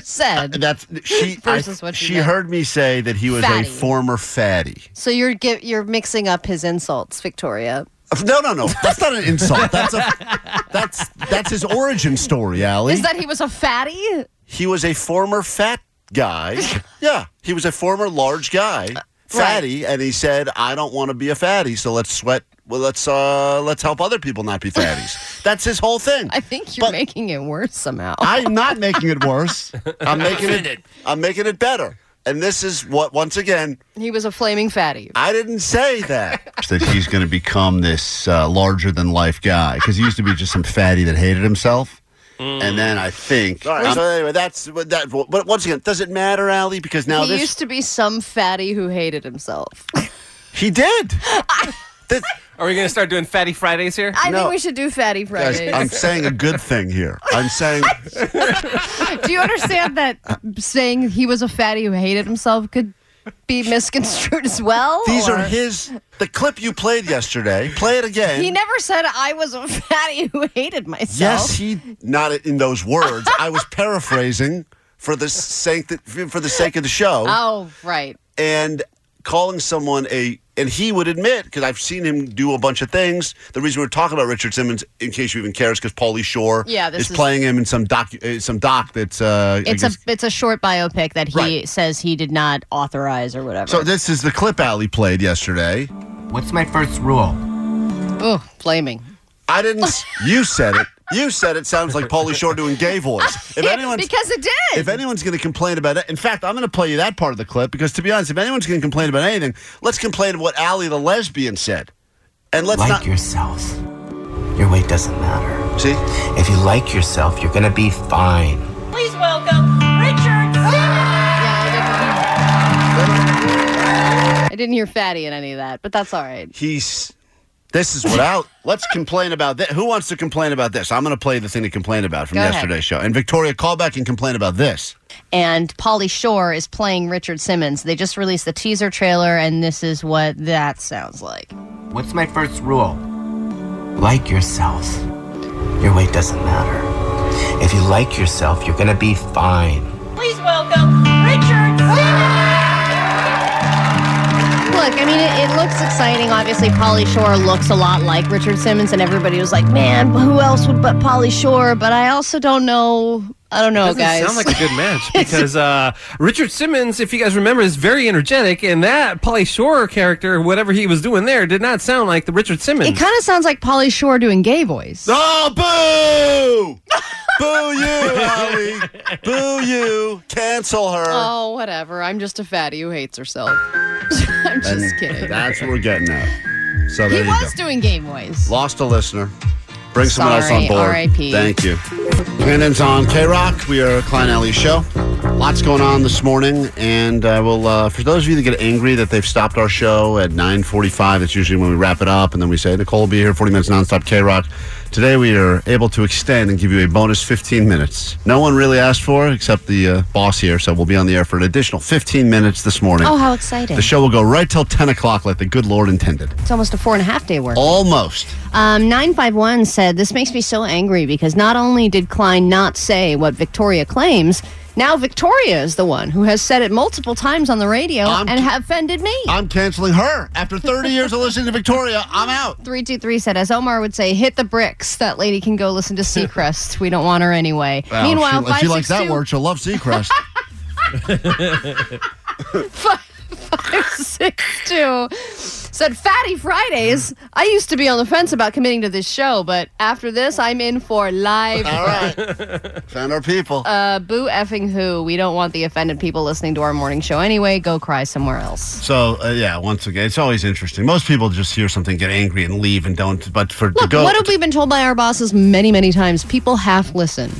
[SPEAKER 5] said.
[SPEAKER 2] That's she.
[SPEAKER 5] Versus
[SPEAKER 2] I-
[SPEAKER 5] what you
[SPEAKER 2] she
[SPEAKER 5] meant.
[SPEAKER 2] heard me say that he was
[SPEAKER 5] Fatty.
[SPEAKER 2] a former fatty.
[SPEAKER 5] So you're gi- you're mixing up his insults, Victoria.
[SPEAKER 2] No, no, no. That's not an insult. That's a that's that's his origin story, Allie.
[SPEAKER 5] Is that he was a fatty?
[SPEAKER 2] he was a former fat guy. yeah, he was a former large guy, fatty, and he said, "I don't want to be a fatty, so let's sweat. Well, let's uh let's help other people not be fatties." that's his whole thing.
[SPEAKER 5] I think you're making it worse somehow.
[SPEAKER 2] I'm not making it worse. I'm making it. I'm making it better. And this is what once again
[SPEAKER 5] he was a flaming fatty.
[SPEAKER 2] I didn't say that. that he's going to become this uh, larger than life guy because he used to be just some fatty that hated himself. And then I think. Mm. All right, so anyway, that's what that. But once again, does it matter, Allie? Because now
[SPEAKER 5] he
[SPEAKER 2] this
[SPEAKER 5] used to be some fatty who hated himself.
[SPEAKER 2] he did.
[SPEAKER 4] Are we going to start doing Fatty Fridays here?
[SPEAKER 5] I
[SPEAKER 2] No.
[SPEAKER 5] think we should do fatty
[SPEAKER 2] Guys,
[SPEAKER 5] Fridays.
[SPEAKER 2] I'm saying a good thing here. I'm saying
[SPEAKER 5] do you understand that saying he was a fatty who hated himself could be misconstrued as well?
[SPEAKER 2] these
[SPEAKER 5] Or-
[SPEAKER 2] are his. The clip you played yesterday. Play it again.
[SPEAKER 5] He never said I was a fatty who hated myself.
[SPEAKER 2] Yes, he not in those words. I was paraphrasing for the sake for the sake of the show.
[SPEAKER 5] Oh, right.
[SPEAKER 2] and calling someone a and he would admit because I've seen him do a bunch of things. The reason we're talking about Richard Simmons, in case you even care, is because Paulie Shore
[SPEAKER 5] Yeah, this
[SPEAKER 2] is,
[SPEAKER 5] is-
[SPEAKER 2] playing him in some doc, uh, some doc that's. Uh, I
[SPEAKER 5] It's a
[SPEAKER 2] guess-
[SPEAKER 5] it's a short biopic that he
[SPEAKER 2] Right.
[SPEAKER 5] says he did not authorize or whatever.
[SPEAKER 2] so this is the clip Alley played yesterday.
[SPEAKER 11] What's my first rule?
[SPEAKER 5] oh, flaming.
[SPEAKER 2] I didn't. s- you said it. You said it sounds like Paulie Shore doing gay voice. If anyone's
[SPEAKER 5] because it did.
[SPEAKER 2] if anyone's going to complain about it, in fact, I'm going to play you that part of the clip because, to be honest, if anyone's going to complain about anything, let's complain about what Allie the lesbian said, and let's
[SPEAKER 11] like
[SPEAKER 2] not.
[SPEAKER 11] yourself. Your weight doesn't matter.
[SPEAKER 2] See?
[SPEAKER 11] If you like yourself, you're gonna be fine.
[SPEAKER 13] Please welcome Richard
[SPEAKER 5] I didn't hear fatty in any of that, but that's all right.
[SPEAKER 2] he's this is what out let's complain about this who wants to complain about this i'm going to play the thing to complain about from
[SPEAKER 5] Go ahead.
[SPEAKER 2] yesterday's show and victoria call back and complain about this
[SPEAKER 5] And Polly Shore is playing Richard Simmons. They just released the teaser trailer, and this is what that sounds like.
[SPEAKER 11] What's my first rule? Like yourself. Your weight doesn't matter. If you like yourself, you're gonna be fine.
[SPEAKER 13] Please welcome Richard
[SPEAKER 5] Well, look, I mean, it, it looks exciting. Obviously, Polly Shore looks a lot like Richard Simmons, and everybody was like, "Man, who else would but Polly Shore?" But I also don't know. I don't know,
[SPEAKER 4] Doesn't
[SPEAKER 5] guys.
[SPEAKER 4] sound like a good match because uh, Richard Simmons, if you guys remember, is very energetic, and that Polly Shore character, whatever he was doing there, did not sound like the Richard Simmons.
[SPEAKER 5] it kind of sounds like Polly Shore doing gay voice.
[SPEAKER 4] oh,
[SPEAKER 14] boo! Boo you, Holly. Boo you. Cancel her.
[SPEAKER 5] Oh, whatever. I'm just a fatty who hates herself. I'm just
[SPEAKER 2] And
[SPEAKER 5] kidding.
[SPEAKER 2] That's what we're getting at. So
[SPEAKER 5] he
[SPEAKER 2] there you
[SPEAKER 5] was
[SPEAKER 2] go.
[SPEAKER 5] doing gay voice.
[SPEAKER 2] Lost a listener. Bring someone else on
[SPEAKER 5] Sorry,
[SPEAKER 2] board.
[SPEAKER 5] RIP.
[SPEAKER 2] Thank you. And it's on K Rock. We are Klein Alley Show. Lots going on this morning, and uh, we'll uh, for those of you that get angry that they've stopped our show at nine forty-five. That's usually when we wrap it up, and then we say Nicole will be here forty minutes nonstop K Rock. Today we are able to extend and give you a bonus fifteen minutes. No one really asked for it except the uh, boss here, so we'll be on the air for an additional fifteen minutes this morning.
[SPEAKER 5] Oh, how exciting.
[SPEAKER 2] The show will go right till ten o'clock, like the good Lord intended.
[SPEAKER 5] It's almost a four and a half day work.
[SPEAKER 2] Almost.
[SPEAKER 5] Um, 951 said, This makes me so angry because not only did Klein not say what Victoria claims, now Victoria is the one who has said it multiple times on the radio and ha- offended me.
[SPEAKER 2] I'm canceling her. After 30 years of listening to Victoria, I'm out.
[SPEAKER 5] 323 said, As Omar would say, hit the bricks. That lady can go listen to Seacrest. we don't want her anyway.
[SPEAKER 2] Well,
[SPEAKER 5] Meanwhile,
[SPEAKER 2] she, if she likes that
[SPEAKER 5] 562
[SPEAKER 2] word, she'll love Seacrest.
[SPEAKER 5] 562 said fatty fridays i used to be on the fence about committing to this show but after this i'm in for live
[SPEAKER 2] All right. Found our people.
[SPEAKER 5] uh boo effing who we don't want the offended people listening to our morning show anyway go cry somewhere else
[SPEAKER 2] So, uh, yeah, once again, it's always interesting. Most people just hear something, get angry, and leave and don't. But for to
[SPEAKER 5] look
[SPEAKER 2] go.
[SPEAKER 5] what have we been told by our bosses many many times people half listen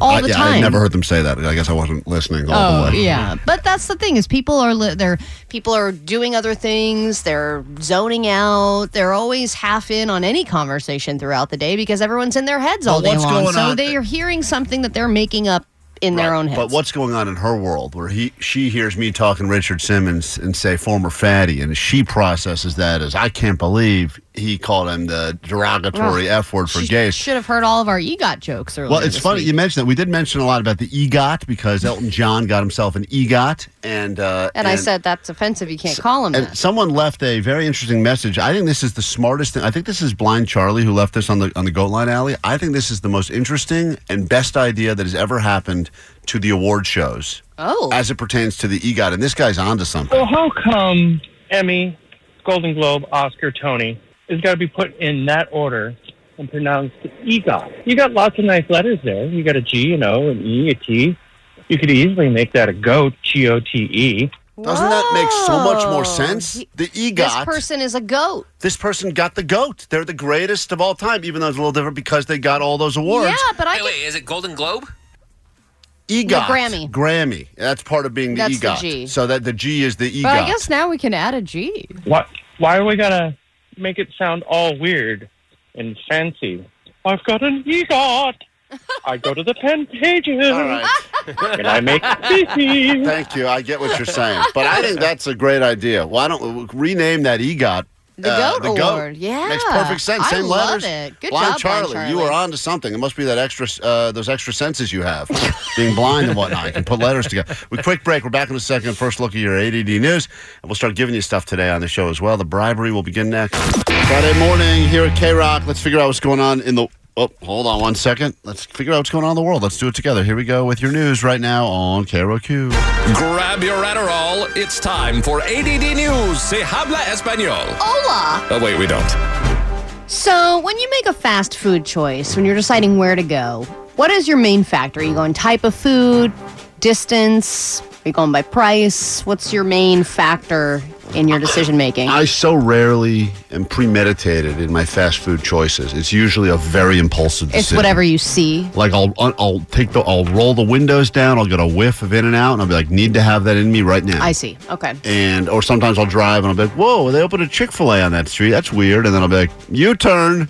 [SPEAKER 5] all
[SPEAKER 2] I-
[SPEAKER 5] the
[SPEAKER 2] yeah,
[SPEAKER 5] time
[SPEAKER 2] I never heard them say that. I guess I wasn't listening all
[SPEAKER 5] Oh
[SPEAKER 2] the way.
[SPEAKER 5] yeah, but that's the thing is people are li- they're people are doing other things. They're zoning out. They're always half in on any conversation throughout the day because everyone's in their heads
[SPEAKER 2] But
[SPEAKER 5] all day
[SPEAKER 2] what's
[SPEAKER 5] long.
[SPEAKER 2] going
[SPEAKER 5] so
[SPEAKER 2] on-
[SPEAKER 5] they are hearing something that they're making up in their own heads.
[SPEAKER 2] But what's going on in her world where he she hears me talking Richard Simmons and say former fatty, and she processes that as I can't believe he called him the derogatory
[SPEAKER 5] Ugh.
[SPEAKER 2] F word for
[SPEAKER 5] She
[SPEAKER 2] gay.
[SPEAKER 5] Should have heard all of our E EGOT jokes earlier.
[SPEAKER 2] Well, it's
[SPEAKER 5] this
[SPEAKER 2] funny
[SPEAKER 5] week.
[SPEAKER 2] you mentioned that. We did mention a lot about the EGOT because Elton John got himself an EGOT, and uh,
[SPEAKER 5] And, I said that's offensive. You can't call him
[SPEAKER 2] and
[SPEAKER 5] that.
[SPEAKER 2] someone left a very interesting message. I think this is the smartest thing. I think this is Blind Charlie who left this on the on the Goat Line Alley. I think this is the most interesting and best idea that has ever happened to the award shows.
[SPEAKER 5] Oh,
[SPEAKER 2] as it pertains to the EGOT, and this guy's onto something.
[SPEAKER 15] Well, how come Emmy, Golden Globe, Oscar, Tony has got to be put in that order and pronounced EGOT? You got lots of nice letters there. You got a G, an O, an E, a T. You could easily make that a goat, G O T E.
[SPEAKER 2] Doesn't that make so much more sense? The
[SPEAKER 5] This
[SPEAKER 2] EGOT.
[SPEAKER 5] person is a goat.
[SPEAKER 2] this person got the goat. They're the greatest of all time, even though it's a little different because they got all those awards.
[SPEAKER 5] Yeah, but I.
[SPEAKER 16] Hey, wait, is it Golden Globe?
[SPEAKER 2] EGOT.
[SPEAKER 5] The Grammy.
[SPEAKER 2] Grammy. That's part of being the E
[SPEAKER 5] That's the
[SPEAKER 2] EGOT.
[SPEAKER 5] G.
[SPEAKER 2] So that the G is the EGOT.
[SPEAKER 5] But I guess now we can add a G.
[SPEAKER 15] Why, why are we going to make it sound all weird and fancy? I've got an EGOT. I go to the pen pages. Can I make E
[SPEAKER 2] Thank you. I get what you're saying, but I think that's a great idea. Why don't we rename that EGOT?
[SPEAKER 5] The
[SPEAKER 2] uh,
[SPEAKER 5] Goat Award. Yeah.
[SPEAKER 2] makes perfect sense.
[SPEAKER 5] I
[SPEAKER 2] Same
[SPEAKER 5] love
[SPEAKER 2] letters.
[SPEAKER 5] it. Good
[SPEAKER 2] blind
[SPEAKER 5] job, Blind
[SPEAKER 2] Charlie. You are
[SPEAKER 5] Charlie.
[SPEAKER 2] on to something. It must be that extra, uh, those extra senses you have, being blind and whatnot. You can put letters together. We quick break. We're back in a second. First look at your ADD news, and we'll start giving you stuff today on the show as well. The bribery will begin next Friday morning here at K Rock. Let's figure out what's going on in the. Oh, hold on one second. Let's figure out what's going on in the world. Let's do it together. Here we go with your news right now on KROQ.
[SPEAKER 16] Grab your Adderall. It's time for ADD News. Se habla español.
[SPEAKER 5] Hola.
[SPEAKER 16] Oh, wait, we don't.
[SPEAKER 5] So, when you make a fast food choice, when you're deciding where to go, what is your main factor? Are you going type of food, distance? Are you going by price? What's your main factor in your decision making?
[SPEAKER 2] I so rarely am premeditated in my fast food choices. It's usually a very impulsive decision.
[SPEAKER 5] It's whatever you see.
[SPEAKER 2] Like I'll I'll take the I'll roll the windows down. I'll get a whiff of In and Out, and I'll be like, need to have that in me right now.
[SPEAKER 5] I see. Okay.
[SPEAKER 2] And or sometimes I'll drive and I'll be like, whoa, they opened a Chick Fil A on that street. That's weird. And then I'll be like, U turn.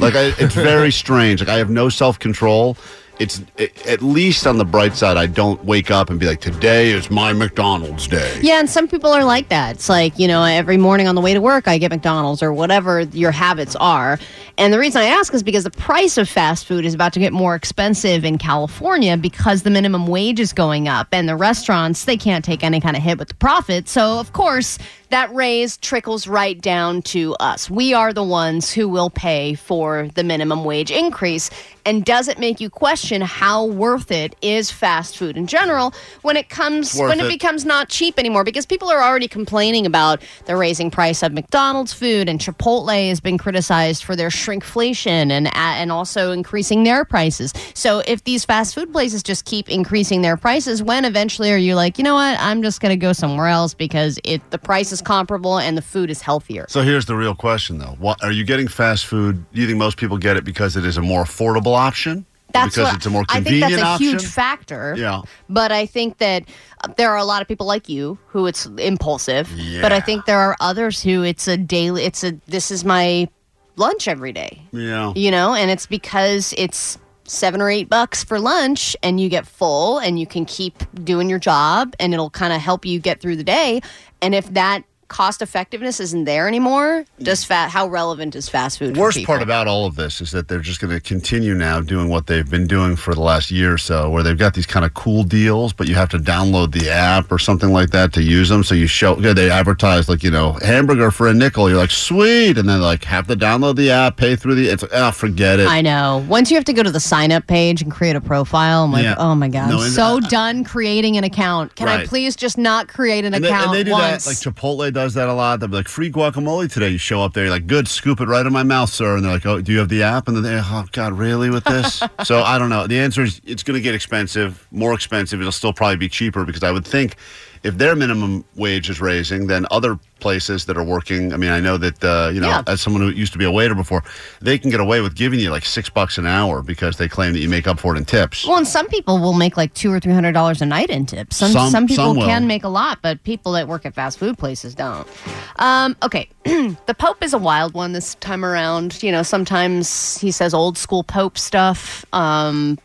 [SPEAKER 2] like I, it's very strange. Like I have no self control. it's it, at least on the bright side. I don't wake up and be like, today is my McDonald's day.
[SPEAKER 5] Yeah, and some people are like that. It's like, you know, every morning on the way to work, I get McDonald's or whatever your habits are. And the reason I ask is because the price of fast food is about to get more expensive in California because the minimum wage is going up and the restaurants, they can't take any kind of hit with the profit. So, of course, that raise trickles right down to us. We are the ones who will pay for the minimum wage increase. And does it make you question how worth it is fast food in general when it comes
[SPEAKER 3] Worth
[SPEAKER 5] when it,
[SPEAKER 3] it.
[SPEAKER 5] becomes becomes not cheap anymore because people are already complaining about the raising price of McDonald's food and Chipotle has been criticized for their shrinkflation and and also increasing their prices. So if these fast food places just keep increasing their prices, when eventually are you like, you know what, I'm just going to go somewhere else because it the price is comparable and the food is healthier.
[SPEAKER 2] So here's the real question, though: what, Are you getting fast food? Do you think most people get it because it is a more affordable option?
[SPEAKER 5] That's
[SPEAKER 2] because
[SPEAKER 5] what-
[SPEAKER 2] it's a more
[SPEAKER 5] I
[SPEAKER 2] convenient
[SPEAKER 5] think that's a
[SPEAKER 2] option.
[SPEAKER 5] huge factor.
[SPEAKER 2] yeah.
[SPEAKER 5] But I think that uh, there are a lot of people like you who it's impulsive.
[SPEAKER 2] Yeah.
[SPEAKER 5] But I think there are others who it's a daily. It's a this is my lunch every day.
[SPEAKER 2] Yeah.
[SPEAKER 5] You know, and it's because it's seven or eight bucks for lunch, and you get full, and you can keep doing your job, and it'll kind of help you get through the day. And if that cost effectiveness isn't there anymore, does fat how relevant is fast food? for
[SPEAKER 2] Worst
[SPEAKER 5] people?
[SPEAKER 2] part about all of this is that they're just going to continue now doing what they've been doing for the last year or so, where they've got these kind of cool deals, but you have to download the app or something like that to use them. So you show yeah, they advertise like you know hamburger for a nickel. You're like sweet, and then like have to download the app, pay through the. It's ah, forget it.
[SPEAKER 5] I know. Once you have to go to the sign up page and create a profile, I'm like,
[SPEAKER 2] Yeah.
[SPEAKER 5] oh my god,
[SPEAKER 2] No,
[SPEAKER 5] I'm
[SPEAKER 2] and
[SPEAKER 5] so done creating an account. Can I
[SPEAKER 2] Right.
[SPEAKER 5] please just not create an
[SPEAKER 2] and they,
[SPEAKER 5] account
[SPEAKER 2] and they do
[SPEAKER 5] once?
[SPEAKER 2] that. Like Chipotle does that a lot. They'll be like, "Free guacamole today." You show up there, you're like, "Good, scoop it right in my mouth, sir." And they're like, "Oh, do you have the app?" And then they, "Oh God, really with this?" so I don't know. The answer is it's going to get expensive, more expensive. It'll still probably be cheaper because I would think if their minimum wage is raising, then other places that are working. I mean, I know that uh, you know,
[SPEAKER 17] Yeah.
[SPEAKER 2] as someone who used to be a waiter before, they can get away with giving you like six bucks an hour because they claim that you make up for it in tips.
[SPEAKER 5] well, and some people will make like two or three hundred dollars a night in tips. Some
[SPEAKER 2] Some-
[SPEAKER 5] some, people
[SPEAKER 2] some will.
[SPEAKER 5] can make a lot, but people that work at fast food places don't. Um, okay, the Pope is a wild one this time around. You know, sometimes he says old school Pope stuff, um,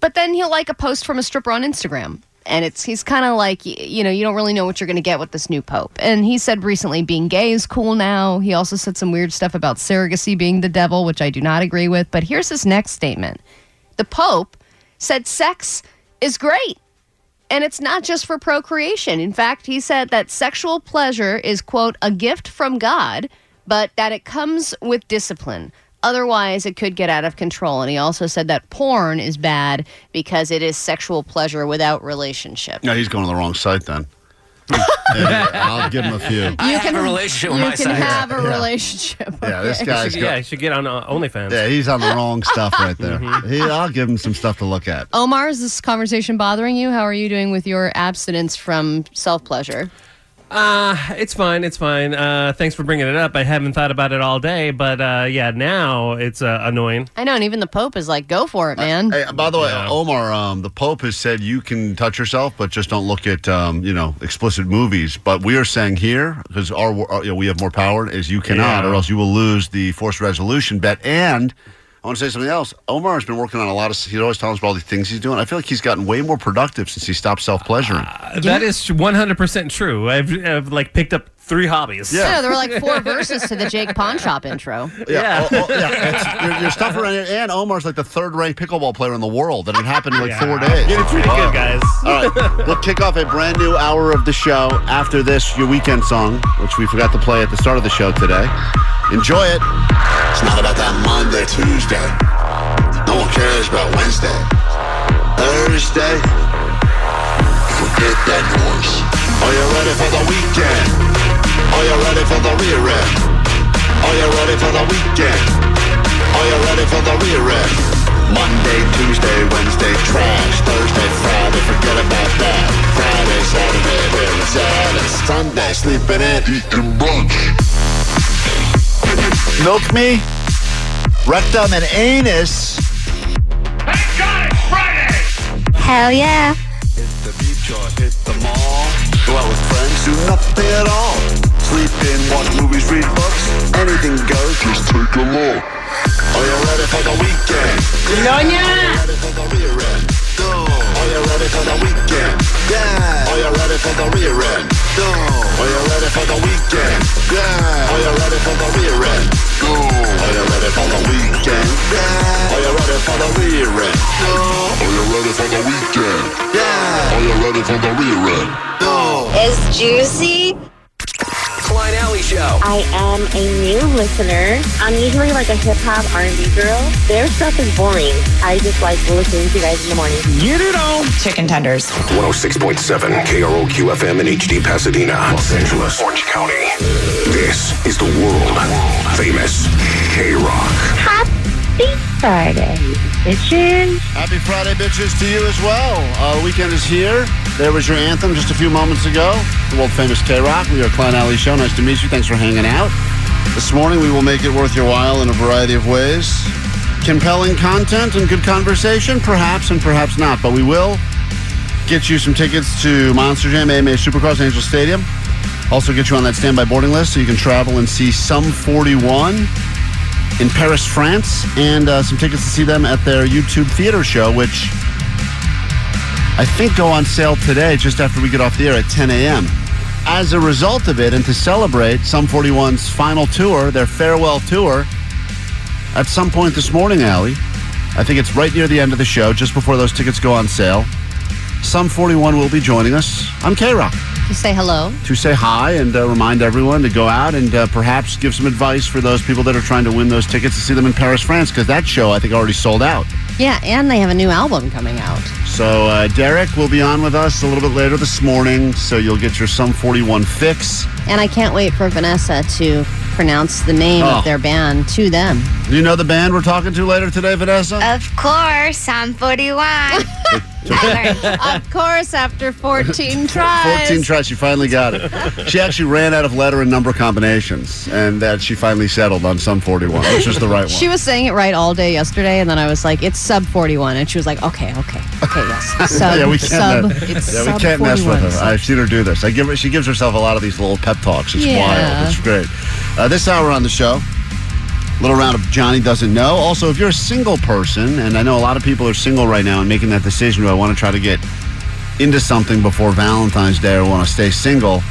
[SPEAKER 5] but then he'll like a post from a stripper on Instagram. And it's he's kind of like y- you know you don't really know what you're going to get with this new pope. And he said recently being gay is cool now. He also said some weird stuff about surrogacy being the devil, which I do not agree with. But here's his next statement: the pope said sex is great. And it's not just for procreation. In fact, he said that sexual pleasure is, quote, a gift from God, but that it comes with discipline. Otherwise, it could get out of control. And he also said that porn is bad because it is sexual pleasure without relationship.
[SPEAKER 2] No, he's going to the wrong site then. Hey, I'll give him a few.
[SPEAKER 5] You can
[SPEAKER 4] have a relationship with
[SPEAKER 5] you
[SPEAKER 4] my
[SPEAKER 5] can
[SPEAKER 4] side.
[SPEAKER 5] have a
[SPEAKER 4] Yeah.
[SPEAKER 5] relationship.
[SPEAKER 2] Yeah, this
[SPEAKER 5] okay.
[SPEAKER 2] guy's
[SPEAKER 4] should,
[SPEAKER 2] got-
[SPEAKER 4] yeah, should get on uh, OnlyFans.
[SPEAKER 2] Yeah, he's on the wrong stuff right there. He- I'll give him some stuff to look at.
[SPEAKER 5] Omar, is this conversation bothering you? How are you doing with your abstinence from self pleasure?
[SPEAKER 4] Uh, it's fine. It's fine. Uh, thanks for bringing it up. I haven't thought about it all day, but uh, yeah, now it's uh, annoying.
[SPEAKER 5] I know, and even the Pope is like, go
[SPEAKER 4] Uh,
[SPEAKER 5] for it, man.
[SPEAKER 2] Hey, by the way, Omar, um, the Pope has said you can touch yourself, but just don't look at um, you know explicit movies. But we are saying here because our, our you know, we have more power is you cannot,
[SPEAKER 17] Yeah.
[SPEAKER 2] or else you will lose the forced resolution bet. And I want to say something else. Omar has been working on a lot of. He's always telling us about all the things he's doing. I feel like he's gotten way more productive since he stopped self pleasuring.
[SPEAKER 4] Uh, That is 100% true. I've, I've like picked up three hobbies.
[SPEAKER 5] No, there were like four verses to the Jake Pawn Shop intro.
[SPEAKER 2] Yeah, oh, oh, yeah. It's, your, your stuff around it, and Omar's like the third-ranked pickleball player in the world, and it happened in like four days.
[SPEAKER 4] Getting pretty good, guys.
[SPEAKER 2] All right, we'll kick off a brand new hour of the show after this. Your weekend song, which we forgot to play at the start of the show today. Enjoy it.
[SPEAKER 1] It's not about that Monday, Tuesday. No one cares about Wednesday. Thursday. Forget that noise. Are you ready for the weekend? Are you ready for the rear end? Are you ready for the weekend? Are you ready for the rear end? Monday, Tuesday, Wednesday, trash. Thursday, Friday, forget about that. Friday, Saturday, where it's at. And Sunday, sleeping in, eating brunch.
[SPEAKER 14] Milk me, rectum, and anus.
[SPEAKER 1] Hell yeah. Hit the beach or hit the mall. Go out with friends, do nothing at all. Sleep in, watch movies, read books. Anything goes, just take a look. Are you ready for the weekend?
[SPEAKER 14] Bologna!
[SPEAKER 1] Yeah. Are you ready for the rearing? Go. Are you ready for the weekend? Yeah. Are you ready for the rearing? Go. Are you ready for the weekend? Yeah. Are you ready for the rearing? Go.
[SPEAKER 17] It's juicy.
[SPEAKER 16] Klein Alley Show.
[SPEAKER 17] I am a new listener. I'm usually like a hip hop R&B girl. Their stuff is boring. I just like listening to you guys in the morning.
[SPEAKER 16] Get it on.
[SPEAKER 17] Chicken tenders.
[SPEAKER 18] 106.7 KROQ FM in HD Pasadena, Los Angeles, Orange County. This is the world famous K Rock.
[SPEAKER 14] Happy Friday, bitches.
[SPEAKER 2] Happy Friday, bitches, to you as well. Uh, weekend is here. There was your anthem just a few moments ago. The world famous K Rock. We are Klein Alley Show. Nice to meet you. Thanks for hanging out. This morning, we will make it worth your while in a variety of ways. Compelling content and good conversation, perhaps and perhaps not, but we will get you some tickets to Monster Jam AMA Supercross Angel Stadium. Also, get you on that standby boarding list so you can travel and see Sum 41 in Paris, France, and uh, some tickets to see them at their YouTube theater show, which I think go on sale today just after we get off the air at 10 a.m. As a result of it, and to celebrate Sum 41's final tour, their farewell tour, at some point this morning, Allie, I think it's right near the end of the show, just before those tickets go on sale, Sum 41 will be joining us on K Rock
[SPEAKER 5] You say hello.
[SPEAKER 2] to say hi and uh, remind everyone to go out and uh, perhaps give some advice for those people that are trying to win those tickets to see them in Paris, France, because that show I think already sold out.
[SPEAKER 5] Yeah, and they have a new album coming out.
[SPEAKER 2] So uh, Derek will be on with us a little bit later this morning, so you'll get your Sum 41 fix.
[SPEAKER 5] And I can't wait for Vanessa to pronounce the name
[SPEAKER 2] Oh.
[SPEAKER 5] of their band to them.
[SPEAKER 2] Do you know the band we're talking to later today, Vanessa?
[SPEAKER 7] Of course, I'm 41.
[SPEAKER 5] of course, after 14 tries.
[SPEAKER 2] 14 tries, she finally got it. She actually ran out of letter and number combinations, and that she finally settled on Sum 41, which is the right one.
[SPEAKER 5] She was saying it right all day yesterday, and then I was like, "It's sub 41," and she was like, "Okay, okay, okay, yes, sub,
[SPEAKER 2] yeah, we can't,
[SPEAKER 5] sub,
[SPEAKER 2] uh,
[SPEAKER 5] it's
[SPEAKER 2] yeah,
[SPEAKER 5] sub
[SPEAKER 2] we can't mess with
[SPEAKER 5] 41,
[SPEAKER 2] her.
[SPEAKER 5] sub."
[SPEAKER 2] I've seen her do this. I give her, she gives herself a lot of these little pep talks. It's
[SPEAKER 5] Yeah.
[SPEAKER 2] wild. It's great. Uh, this hour on the show, little round of Johnny doesn't know. Also, if you're a single person, and I know a lot of people are single right now and making that decision, do I want to try to get into something before Valentine's Day or want to stay single?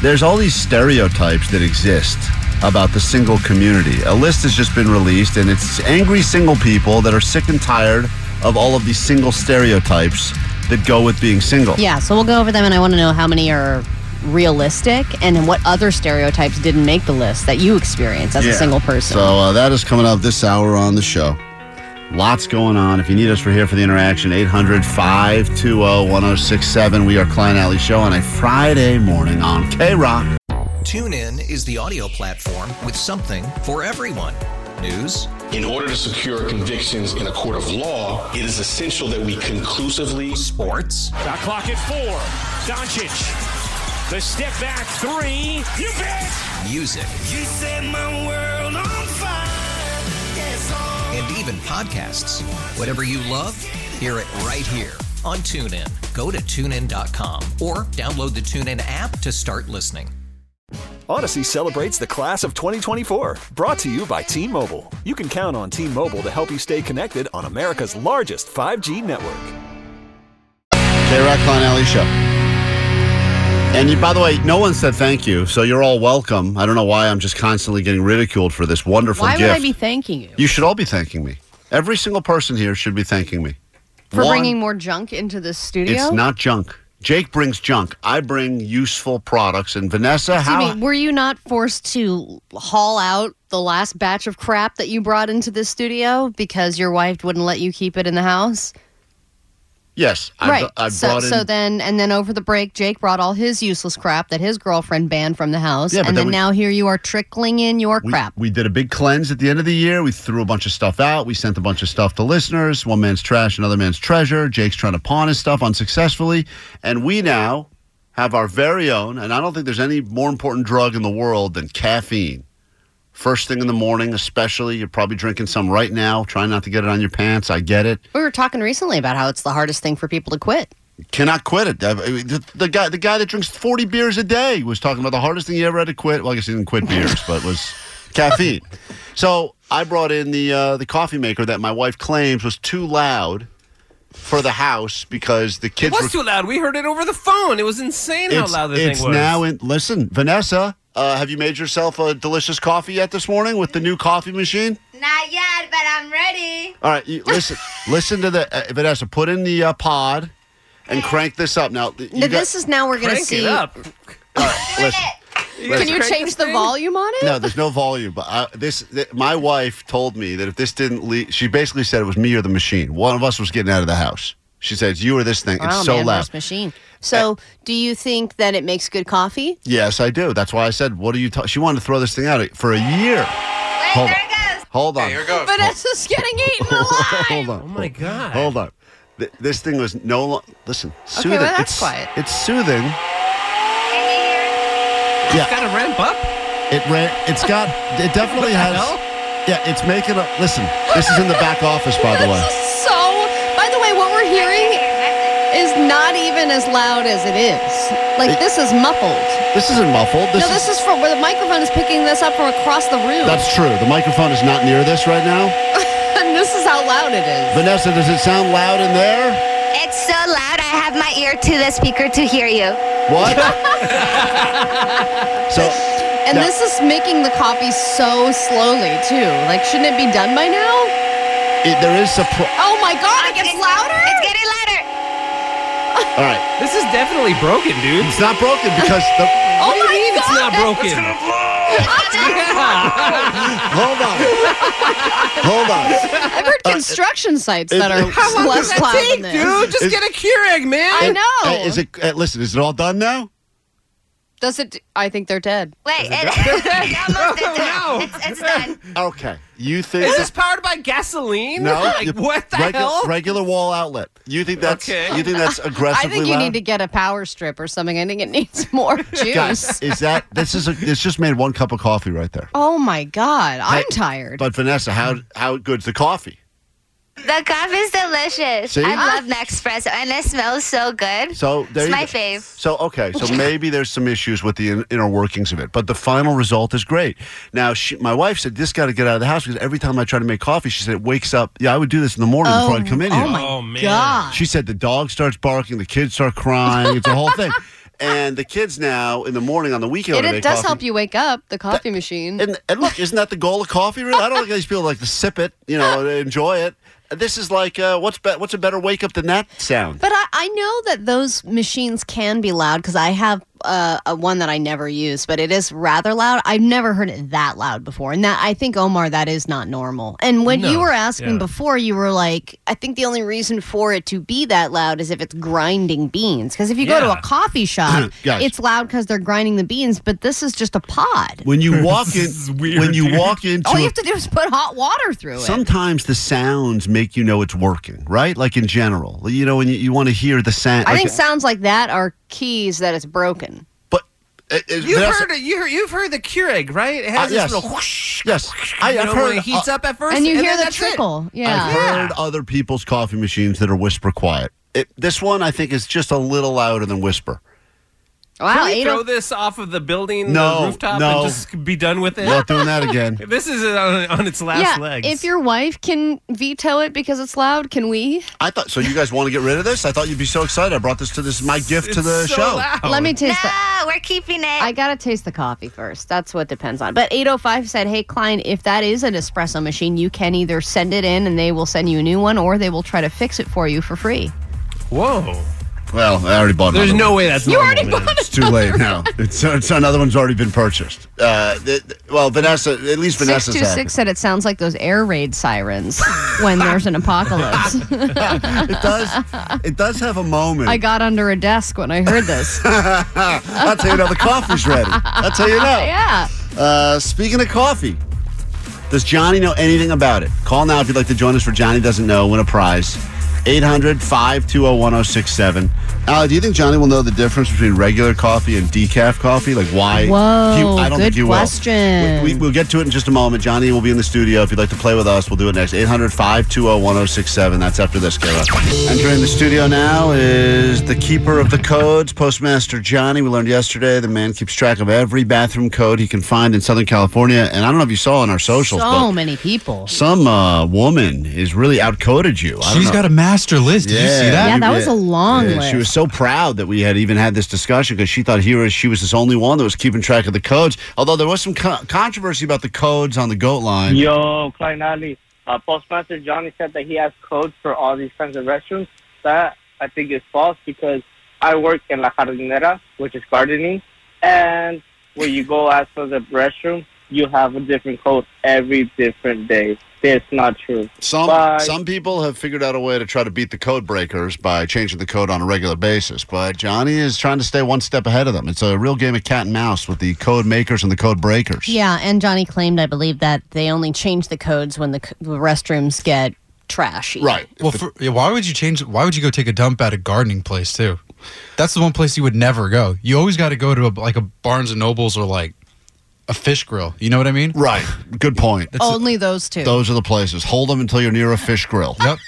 [SPEAKER 2] There's all these stereotypes that exist about the single community. A list has just been released, and it's angry single people that are sick and tired of all of these single stereotypes that go with being single.
[SPEAKER 5] Yeah, so we'll go over them, and I want to know how many are realistic, and then what other stereotypes didn't make the list that you experience as a
[SPEAKER 2] Yeah.
[SPEAKER 5] single person.
[SPEAKER 2] So uh, that is coming up this hour on the show. Lots going on. If you need us, we're here for the interaction. 800 520 1067. We are Klein Alley Show on a Friday morning on K Rock.
[SPEAKER 19] TuneIn is the audio platform with something for everyone. News.
[SPEAKER 20] In order to secure convictions in a court of law, it is essential that we conclusively.
[SPEAKER 19] Sports.
[SPEAKER 21] The clock at four. Doncic. The step back three. You bet.
[SPEAKER 19] Music.
[SPEAKER 21] You set my world on fire. Yes,
[SPEAKER 19] and even podcasts. Whatever you love, hear it right here on TuneIn. Go to tunein.com or download the TuneIn app to start listening.
[SPEAKER 22] Odyssey celebrates the class of 2024, brought to you by T Mobile. You can count on T Mobile to help you stay connected on America's largest 5G network.
[SPEAKER 2] K Rock Klein Alley Show. And you, by the way, no one said thank you, so you're all welcome. I don't know why I'm just constantly getting ridiculed for this wonderful
[SPEAKER 3] Why
[SPEAKER 2] gift.
[SPEAKER 3] would I be thanking you
[SPEAKER 2] you should all be thanking me. Every single person here should be thanking me.
[SPEAKER 3] for
[SPEAKER 2] One-
[SPEAKER 3] bringing more junk into this studio?
[SPEAKER 2] It's not junk. Jake brings junk. I bring useful products. And Vanessa,
[SPEAKER 3] Excuse
[SPEAKER 2] how?
[SPEAKER 3] me, were you not forced to haul out the last batch of crap that you brought into this studio because your wife wouldn't let you keep it in the house?
[SPEAKER 2] Yes, I,
[SPEAKER 3] right.
[SPEAKER 2] I
[SPEAKER 3] so,
[SPEAKER 2] brought in.
[SPEAKER 3] so then, and then over the break, Jake brought all his useless crap that his girlfriend banned from the house,
[SPEAKER 2] Yeah, but
[SPEAKER 3] and
[SPEAKER 2] then
[SPEAKER 3] then
[SPEAKER 2] we-
[SPEAKER 3] now here you are trickling in your
[SPEAKER 2] we,
[SPEAKER 3] crap.
[SPEAKER 2] we did a big cleanse at the end of the year. We threw a bunch of stuff out. We sent a bunch of stuff to listeners. One man's trash, another man's treasure. Jake's trying to pawn his stuff unsuccessfully. And we now have our very own, and I don't think there's any more important drug in the world than caffeine. First thing in the morning, especially, you're probably drinking some right now, trying not to get it on your pants. I get it.
[SPEAKER 3] We were talking recently about how it's the hardest thing for people to quit.
[SPEAKER 2] cannot quit it. I mean, The, the guy, the guy that drinks forty beers a day, was talking about the hardest thing he ever had to quit. Well, I guess he didn't quit beers, but was caffeine. So I brought in the uh, the coffee maker that my wife claims was too loud for the house because the
[SPEAKER 4] It
[SPEAKER 2] kids
[SPEAKER 4] was
[SPEAKER 2] were
[SPEAKER 4] too loud. We heard it over the phone. It was insane how
[SPEAKER 2] it's,
[SPEAKER 4] loud the
[SPEAKER 2] it's
[SPEAKER 4] thing was.
[SPEAKER 2] now in. Listen, Vanessa, Uh, have you made yourself a delicious coffee yet this morning with the new coffee machine?
[SPEAKER 7] Not yet, but I'm ready.
[SPEAKER 2] All right, you, listen, listen to the uh, Vanessa. Put in the uh, pod and crank this up. Now, th- you
[SPEAKER 5] Now,
[SPEAKER 2] got-
[SPEAKER 5] this is now we're going to see.
[SPEAKER 2] listen,
[SPEAKER 5] Can you
[SPEAKER 2] listen.
[SPEAKER 5] change the volume on it?
[SPEAKER 2] No, there's no volume. But I, this, th- my wife told me that if this didn't leave, she basically said it was me or the machine. One of us was getting out of the house. She said it's you or this thing.
[SPEAKER 5] Wow,
[SPEAKER 2] it's so
[SPEAKER 5] Oh, man,
[SPEAKER 2] loud. Eh.
[SPEAKER 5] versus machine. So, do you think that it makes good coffee?
[SPEAKER 2] Yes, I do. That's why I said, "What are you?" Ta-? She wanted to throw this thing out for a year. Hold on. Hold on.
[SPEAKER 5] Vanessa's getting eaten
[SPEAKER 2] Hold on. Oh
[SPEAKER 4] my god.
[SPEAKER 2] Hold on. Th- this thing was no long. Listen, soothing.
[SPEAKER 5] well, that's
[SPEAKER 2] it's,
[SPEAKER 5] quiet.
[SPEAKER 2] It's soothing.
[SPEAKER 4] It's got to ramp up.
[SPEAKER 2] It ran. It's got. It definitely has. Yeah, it's making a. Listen, this is in the back office, by the way.
[SPEAKER 5] So, by the way, what we're hearing is not even as loud as it is. Like this is muffled.
[SPEAKER 2] This isn't muffled. This
[SPEAKER 5] no, this is from where the microphone is picking this up from across the room.
[SPEAKER 2] That's true. The microphone is not near this right now.
[SPEAKER 5] and this is how loud it is.
[SPEAKER 2] Vanessa, does it sound loud in there?
[SPEAKER 7] It's so loud, I have my ear to the speaker to hear you.
[SPEAKER 2] What? so,
[SPEAKER 5] And
[SPEAKER 2] now-
[SPEAKER 5] this is making the coffee so slowly too. Like, shouldn't it be done by now?
[SPEAKER 2] it, there is surprise.
[SPEAKER 5] Oh my god, it gets louder. It's
[SPEAKER 7] getting louder.
[SPEAKER 2] All right.
[SPEAKER 4] This is definitely broken, dude.
[SPEAKER 2] It's not broken because the.
[SPEAKER 4] what
[SPEAKER 5] Oh
[SPEAKER 4] do you
[SPEAKER 5] my
[SPEAKER 4] mean it's not
[SPEAKER 5] God.
[SPEAKER 4] broken?
[SPEAKER 5] It's gonna
[SPEAKER 2] Hold on. Hold on.
[SPEAKER 5] I've heard construction sites
[SPEAKER 2] Uh, it-
[SPEAKER 5] that are
[SPEAKER 2] How
[SPEAKER 4] long does
[SPEAKER 5] less
[SPEAKER 4] that
[SPEAKER 5] loud
[SPEAKER 4] take,
[SPEAKER 5] than this.
[SPEAKER 4] dude? Just
[SPEAKER 2] Is-
[SPEAKER 4] get a Keurig, man.
[SPEAKER 5] I
[SPEAKER 2] It-
[SPEAKER 5] know.
[SPEAKER 2] hey, Is it? uh, Listen, is it all done now?
[SPEAKER 5] Does it? I think they're dead.
[SPEAKER 7] Wait, it,
[SPEAKER 4] No, Oh, no.
[SPEAKER 7] it's, it's done.
[SPEAKER 2] Okay. You think?
[SPEAKER 4] Is this powered by gasoline?
[SPEAKER 2] no. you-
[SPEAKER 4] Like, what the
[SPEAKER 2] regu-
[SPEAKER 4] hell?
[SPEAKER 2] Regular wall outlet. You think that's?
[SPEAKER 4] Okay.
[SPEAKER 2] You think that's
[SPEAKER 5] I
[SPEAKER 2] aggressively
[SPEAKER 5] think you
[SPEAKER 2] loud?
[SPEAKER 5] need to get a power strip or something. I think it needs more juice.
[SPEAKER 2] Guys, is that? This is. A, it's just made one cup of coffee right there.
[SPEAKER 5] Oh my god, I'm
[SPEAKER 2] Hey,
[SPEAKER 5] tired.
[SPEAKER 2] But Vanessa, how how good's the coffee?
[SPEAKER 7] The coffee is delicious.
[SPEAKER 2] See?
[SPEAKER 7] I love Nespresso, and it smells so good.
[SPEAKER 2] So there
[SPEAKER 7] it's
[SPEAKER 2] you
[SPEAKER 7] my
[SPEAKER 2] go.
[SPEAKER 7] fave.
[SPEAKER 2] So okay, so maybe there's some issues with the in- inner workings of it, but the final result is great. Now, she, my wife said this got to get out of the house because every time I try to make coffee, she said it wakes up. Yeah, I would do this in the morning before I'd come in here.
[SPEAKER 5] oh my god.
[SPEAKER 2] She said the dog starts barking, the kids start crying, it's a whole thing. And the kids now in the morning on the weekend.
[SPEAKER 5] It,
[SPEAKER 2] when I
[SPEAKER 5] it
[SPEAKER 2] make
[SPEAKER 5] does
[SPEAKER 2] coffee-
[SPEAKER 5] help you wake up. The coffee machine.
[SPEAKER 2] And, and look, isn't that the goal of coffee? Really, I don't like these people like to sip it, you know, and enjoy it. This is like uh, what's be- what's a better wake up than that sound?
[SPEAKER 5] But I, I know that those machines can be loud because I have uh, a one that I never use, but it is rather loud. I've never heard it that loud before, and that I think Omar, that is not normal. And when you
[SPEAKER 4] No,
[SPEAKER 5] were asking
[SPEAKER 4] yeah.
[SPEAKER 5] before, you were like, I think the only reason for it to be that loud is if it's grinding beans. Because if you go to
[SPEAKER 4] Yeah.
[SPEAKER 5] a coffee shop,
[SPEAKER 2] Guys.
[SPEAKER 5] it's loud because they're grinding the beans. But this is just a pod.
[SPEAKER 2] When you walk in,
[SPEAKER 4] is weird,
[SPEAKER 2] when you
[SPEAKER 4] dude.
[SPEAKER 2] walk into,
[SPEAKER 5] All Oh, you
[SPEAKER 2] a-
[SPEAKER 5] have to do is put hot water through it.
[SPEAKER 2] sometimes the sounds make you know it's working, right? Like in general, you know, when you, you want to hear the sound.
[SPEAKER 5] I
[SPEAKER 2] like-
[SPEAKER 5] think sounds like that are keys that it's broken.
[SPEAKER 2] but it, it-
[SPEAKER 4] You've
[SPEAKER 2] that's-
[SPEAKER 4] heard it. You heard, you've heard the Keurig, right? It
[SPEAKER 2] uh,
[SPEAKER 4] has this
[SPEAKER 2] yes,
[SPEAKER 4] little whoosh.
[SPEAKER 2] yes. I,
[SPEAKER 4] you
[SPEAKER 2] have
[SPEAKER 4] know,
[SPEAKER 2] heard.
[SPEAKER 4] when it heats
[SPEAKER 2] uh,
[SPEAKER 4] up at first,
[SPEAKER 5] And you
[SPEAKER 4] then
[SPEAKER 5] hear the
[SPEAKER 4] that's it.
[SPEAKER 5] trickle. Yeah.
[SPEAKER 2] I've heard other people's coffee machines that are whisper quiet. It, this one, I think, is just a little louder than whisper.
[SPEAKER 5] Wow,
[SPEAKER 4] Can we
[SPEAKER 5] eight
[SPEAKER 4] throw
[SPEAKER 5] oh-
[SPEAKER 4] this off of the building,
[SPEAKER 2] No,
[SPEAKER 4] the rooftop,
[SPEAKER 2] no.
[SPEAKER 4] and just be done with it?
[SPEAKER 2] Not doing that again.
[SPEAKER 4] This is on, on its last legs.
[SPEAKER 5] If your wife can veto it because it's loud, can we?
[SPEAKER 2] I thought so. You guys want to get rid of this? I thought you'd be so excited. I brought this to this my gift to
[SPEAKER 4] It's
[SPEAKER 2] the
[SPEAKER 4] so
[SPEAKER 2] show.
[SPEAKER 4] loud.
[SPEAKER 5] Let me taste the
[SPEAKER 7] No, we're keeping it.
[SPEAKER 5] I gotta taste the coffee first. That's what depends on. But 805 said, "Hey Klein, if that is an espresso machine, you can either send it in and they will send you a new one, or they will try to fix it for you for free."
[SPEAKER 4] Whoa.
[SPEAKER 2] Well, I already bought.
[SPEAKER 4] There's
[SPEAKER 2] another
[SPEAKER 4] no
[SPEAKER 2] one.
[SPEAKER 4] way that's you normal, already man.
[SPEAKER 2] It's too late now. It's, it's another one's already been purchased. Uh, th- th- well, Vanessa, at least Vanessa's
[SPEAKER 5] Six two six said it sounds like those air raid sirens when there's an apocalypse.
[SPEAKER 2] happy. It does. It does have a moment.
[SPEAKER 5] I got under a desk when I heard this.
[SPEAKER 2] That's how you know the coffee's ready. That's how you know.
[SPEAKER 5] yeah.
[SPEAKER 2] Uh, speaking of coffee, does Johnny know anything about it? Call now if you'd like to join us for Johnny Doesn't Know. Win a prize. 800 520 1067. Al, do you think Johnny will know the difference between regular coffee and decaf coffee? Like, why?
[SPEAKER 5] Whoa,
[SPEAKER 2] He- I don't
[SPEAKER 5] good
[SPEAKER 2] think you
[SPEAKER 5] question.
[SPEAKER 2] will. We, we, we'll get to it in just a moment. Johnny will be in the studio. If you'd like to play with us, we'll do it next. 800 520 1067. That's after this, Kara. Entering the studio now is the keeper of the codes, Postmaster Johnny. We learned yesterday the man keeps track of every bathroom code he can find in Southern California. And I don't know if you saw on our socials,
[SPEAKER 5] So
[SPEAKER 2] but
[SPEAKER 5] many people.
[SPEAKER 2] some uh, woman is really outcoded you. I don't know.
[SPEAKER 11] map
[SPEAKER 8] master list. Did you see that?
[SPEAKER 5] Yeah, that was a long
[SPEAKER 2] Yeah, She
[SPEAKER 5] list.
[SPEAKER 2] was so proud that we had even had this discussion because she thought here she was this only one that was keeping track of the codes. Although there was some co- controversy about the codes on the goat line.
[SPEAKER 15] Yo, Klein Alley. Uh, Postmaster Johnny said that he has codes for all these kinds of restrooms. That I think is false because I work in La Jardinera, which is gardening, and where you go as for the restroom, you have a different code every different day. It's not true.
[SPEAKER 2] Some
[SPEAKER 15] Bye.
[SPEAKER 2] some people have figured out a way to try to beat the code breakers by changing the code on a regular basis, but Johnny is trying to stay one step ahead of them. It's a real game of cat and mouse with the code makers and the code breakers.
[SPEAKER 5] Yeah, and Johnny claimed, I believe, that they only change the codes when the, c- the restrooms get trashy.
[SPEAKER 8] Well, for, yeah, why would you change? Why would you go take a dump at a gardening place too? That's the one place you would never go. You always got to go to a, like a Barnes and Nobles or like a fish grill. You know what I mean?
[SPEAKER 2] Right. Good point.
[SPEAKER 5] Only those two.
[SPEAKER 2] Those are the places. Hold them until you're near a fish grill.
[SPEAKER 8] Yep.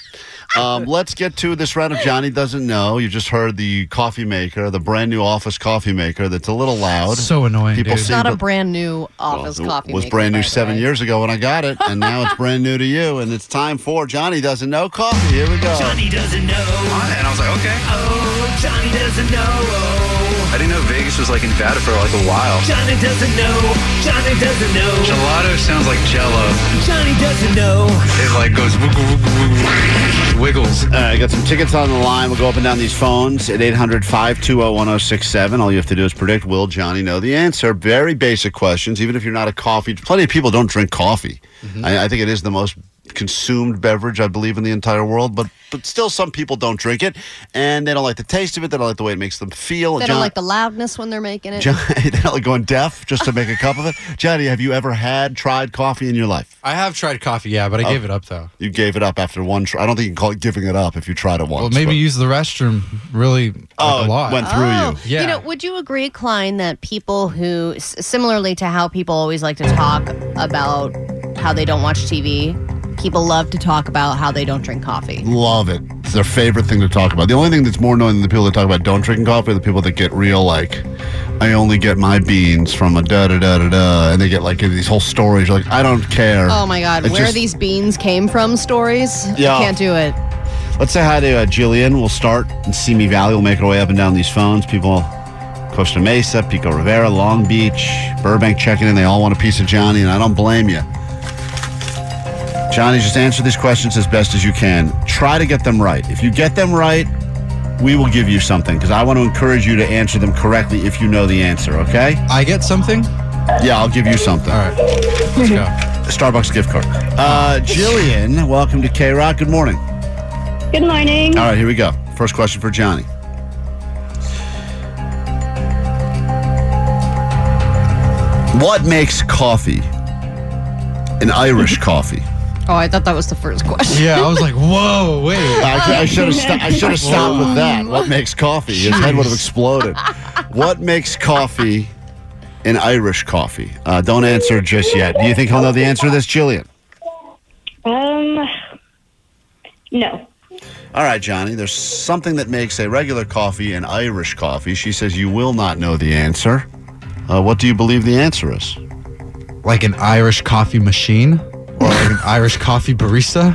[SPEAKER 2] Um, let's get to this round of Johnny doesn't know. You just heard the coffee maker, the brand new office coffee maker. That's a little loud.
[SPEAKER 8] So annoying.
[SPEAKER 2] People
[SPEAKER 5] it's
[SPEAKER 2] see
[SPEAKER 5] not a
[SPEAKER 2] that
[SPEAKER 5] brand new office coffee.
[SPEAKER 2] was
[SPEAKER 5] maker,
[SPEAKER 2] brand new
[SPEAKER 5] by the
[SPEAKER 2] seven
[SPEAKER 5] way.
[SPEAKER 2] years ago when I got it, and now it's brand new to you. And it's time for Johnny doesn't know coffee. Here we go.
[SPEAKER 6] Johnny doesn't know.
[SPEAKER 9] And I was like, okay.
[SPEAKER 6] Oh, Johnny doesn't know.
[SPEAKER 9] I didn't know Vegas was like Nevada for like a while.
[SPEAKER 6] Johnny doesn't know. Johnny doesn't know.
[SPEAKER 9] Gelato sounds like Jello.
[SPEAKER 6] Johnny doesn't know.
[SPEAKER 9] It like goes wiggle, wiggle, wiggle, wiggles.
[SPEAKER 2] All right, Uh, I got some tickets on the line. We'll go up and down these phones at 800 520 1067. All you have to do is predict will Johnny know the answer? Very basic questions, even if you're not a coffee. Plenty of people don't drink coffee. I, I think it is the most consumed beverage, I believe, in the entire world, but, but still, some people don't drink it and they don't like the taste of it. They don't like the way it makes them feel.
[SPEAKER 5] They
[SPEAKER 2] John-
[SPEAKER 5] don't like the loudness when they're making it.
[SPEAKER 2] John, they're not like going deaf just to make a cup of it. Johnny, have you ever had tried coffee in your life?
[SPEAKER 8] I have tried coffee, yeah, but I
[SPEAKER 2] Oh.
[SPEAKER 8] gave it up though.
[SPEAKER 2] You gave it up after one try. I don't think you can call it giving it up if you tried it once.
[SPEAKER 8] Well, maybe
[SPEAKER 2] but-
[SPEAKER 8] use the restroom really like,
[SPEAKER 2] Oh,
[SPEAKER 8] a lot.
[SPEAKER 2] went through
[SPEAKER 5] Oh,
[SPEAKER 8] Yeah.
[SPEAKER 5] You know, would you agree, Klein, that people who, s- similarly to how people always like to talk about how they don't watch TV, people love to talk about how they don't drink coffee?
[SPEAKER 2] Love it. It's their favorite thing to talk about. The only thing that's more annoying than the people that talk about don't drinking coffee are the people that get real like, I only get my beans from a da da da da da, and they get like these whole stories. You're like, I don't care.
[SPEAKER 5] Oh my God,
[SPEAKER 2] It's
[SPEAKER 5] where
[SPEAKER 2] just-
[SPEAKER 5] these beans came from stories?
[SPEAKER 2] Yeah.
[SPEAKER 5] I can't do it.
[SPEAKER 2] Let's say hi to uh, Jillian. We'll start in Simi Valley. We'll make our way up and down these phones. People, Costa Mesa, Pico Rivera, Long Beach, Burbank checking in. They all want a piece of Johnny, and I don't blame you. Johnny, just answer these questions as best as you can. Try to get them right. If you get them right, we will give you something because I want to encourage you to answer them correctly if you know the answer, okay?
[SPEAKER 8] I get something?
[SPEAKER 2] Yeah, I'll give you something. All
[SPEAKER 8] right. Let's go.
[SPEAKER 2] Starbucks gift card. Uh, Jillian, welcome to K Rock. Good morning.
[SPEAKER 23] Good morning.
[SPEAKER 2] All right, here we go. First question for Johnny. What makes coffee an Irish coffee?
[SPEAKER 5] Oh, I thought that was the first question.
[SPEAKER 8] Yeah, I was like, whoa, wait.
[SPEAKER 2] I, I should have sto- I should have stopped with that. What makes coffee? His head would have exploded. What makes coffee an Irish coffee? Uh, don't answer just yet. Do you think he'll know the answer to this, Jillian?
[SPEAKER 23] Um, no.
[SPEAKER 2] All right, Johnny. There's something that makes a regular coffee an Irish coffee. She says you will not know the answer. Uh, what do you believe the answer is?
[SPEAKER 8] Like an Irish coffee machine or like an Irish coffee barista?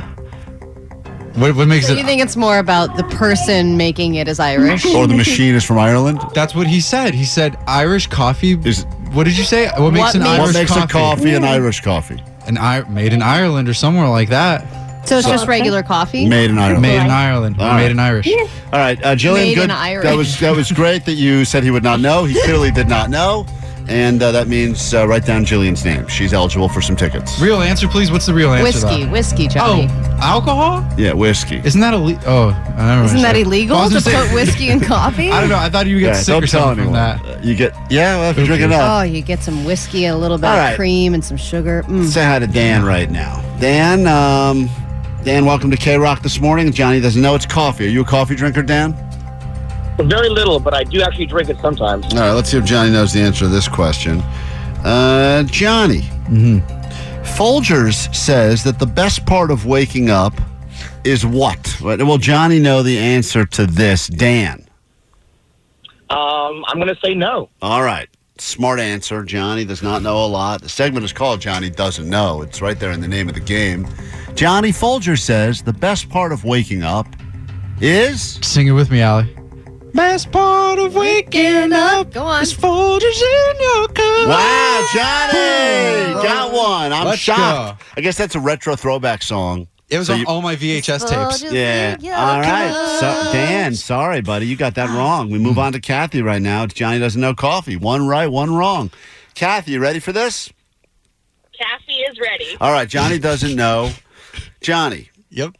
[SPEAKER 8] What, what makes
[SPEAKER 5] So
[SPEAKER 8] it
[SPEAKER 5] you think it's more about the person making it is Irish?
[SPEAKER 2] machine is from Ireland?
[SPEAKER 8] That's what he said. He said Irish coffee. what did you say? What makes
[SPEAKER 5] What
[SPEAKER 8] an
[SPEAKER 5] makes-
[SPEAKER 8] Irish
[SPEAKER 5] What makes a
[SPEAKER 8] coffee?
[SPEAKER 5] coffee an
[SPEAKER 2] Irish coffee?
[SPEAKER 8] An I- made in Ireland or somewhere like that.
[SPEAKER 5] So it's just regular coffee?
[SPEAKER 2] Made in Ireland.
[SPEAKER 8] Made in Ireland.
[SPEAKER 2] All right.
[SPEAKER 8] Made in Irish.
[SPEAKER 2] All right, uh, Jillian.
[SPEAKER 5] Made in
[SPEAKER 2] good.
[SPEAKER 5] Irish.
[SPEAKER 2] That was that was great that you said he would not know. He clearly did not know, and uh, that means uh, write down Jillian's name. She's eligible for some tickets.
[SPEAKER 8] Real answer, please. What's the real answer? to
[SPEAKER 5] Whiskey,
[SPEAKER 8] that?
[SPEAKER 5] whiskey, Johnny.
[SPEAKER 8] Oh, alcohol?
[SPEAKER 2] Yeah, whiskey.
[SPEAKER 8] Isn't that illegal? Oh, I don't
[SPEAKER 5] Isn't that illegal
[SPEAKER 8] I was
[SPEAKER 5] to
[SPEAKER 8] gonna say-
[SPEAKER 5] put whiskey in coffee?
[SPEAKER 8] I don't know. I thought you would get
[SPEAKER 2] Yeah,
[SPEAKER 8] sick
[SPEAKER 2] don't
[SPEAKER 8] or
[SPEAKER 2] tell
[SPEAKER 8] something from that.
[SPEAKER 2] anyone. Uh, You get yeah. Well, if you drink
[SPEAKER 5] Oh,
[SPEAKER 2] enough,
[SPEAKER 5] you get some whiskey, a little bit
[SPEAKER 2] All
[SPEAKER 5] of
[SPEAKER 2] right.
[SPEAKER 5] cream, and some sugar. Mm.
[SPEAKER 2] say hi to Dan right now. Dan, um, Dan, welcome to K Rock this morning. Johnny doesn't know it's coffee. Are you a coffee drinker, Dan?
[SPEAKER 24] Very little, but I do actually drink it sometimes.
[SPEAKER 2] All right, let's see if Johnny knows the answer to this question. Uh, Johnny, Folgers says that the best part of waking up is what? What- Will Johnny know the answer to this, Dan?
[SPEAKER 24] Um, I'm going to say no.
[SPEAKER 2] All right. Smart answer. Johnny does not know a lot. The segment is called Johnny Doesn't Know. It's right there in the name of the game. Johnny Folger says the best part of waking up Is?
[SPEAKER 8] Sing it with me, Allie.
[SPEAKER 1] Best part of waking up Go on. is folders in your cup.
[SPEAKER 2] Wow, Johnny! Got one. I'm
[SPEAKER 8] Let's
[SPEAKER 2] shocked. I guess that's a retro throwback song.
[SPEAKER 8] It was on all my VHS tapes.
[SPEAKER 2] Yeah. All right. So, Dan, sorry, buddy. You got that wrong. We move on to Kathy right now. It's Johnny Doesn't Know Coffee. One right, one wrong. Kathy, you ready for this?
[SPEAKER 17] Kathy is ready.
[SPEAKER 2] All right. Johnny doesn't know. Johnny.
[SPEAKER 8] Yep.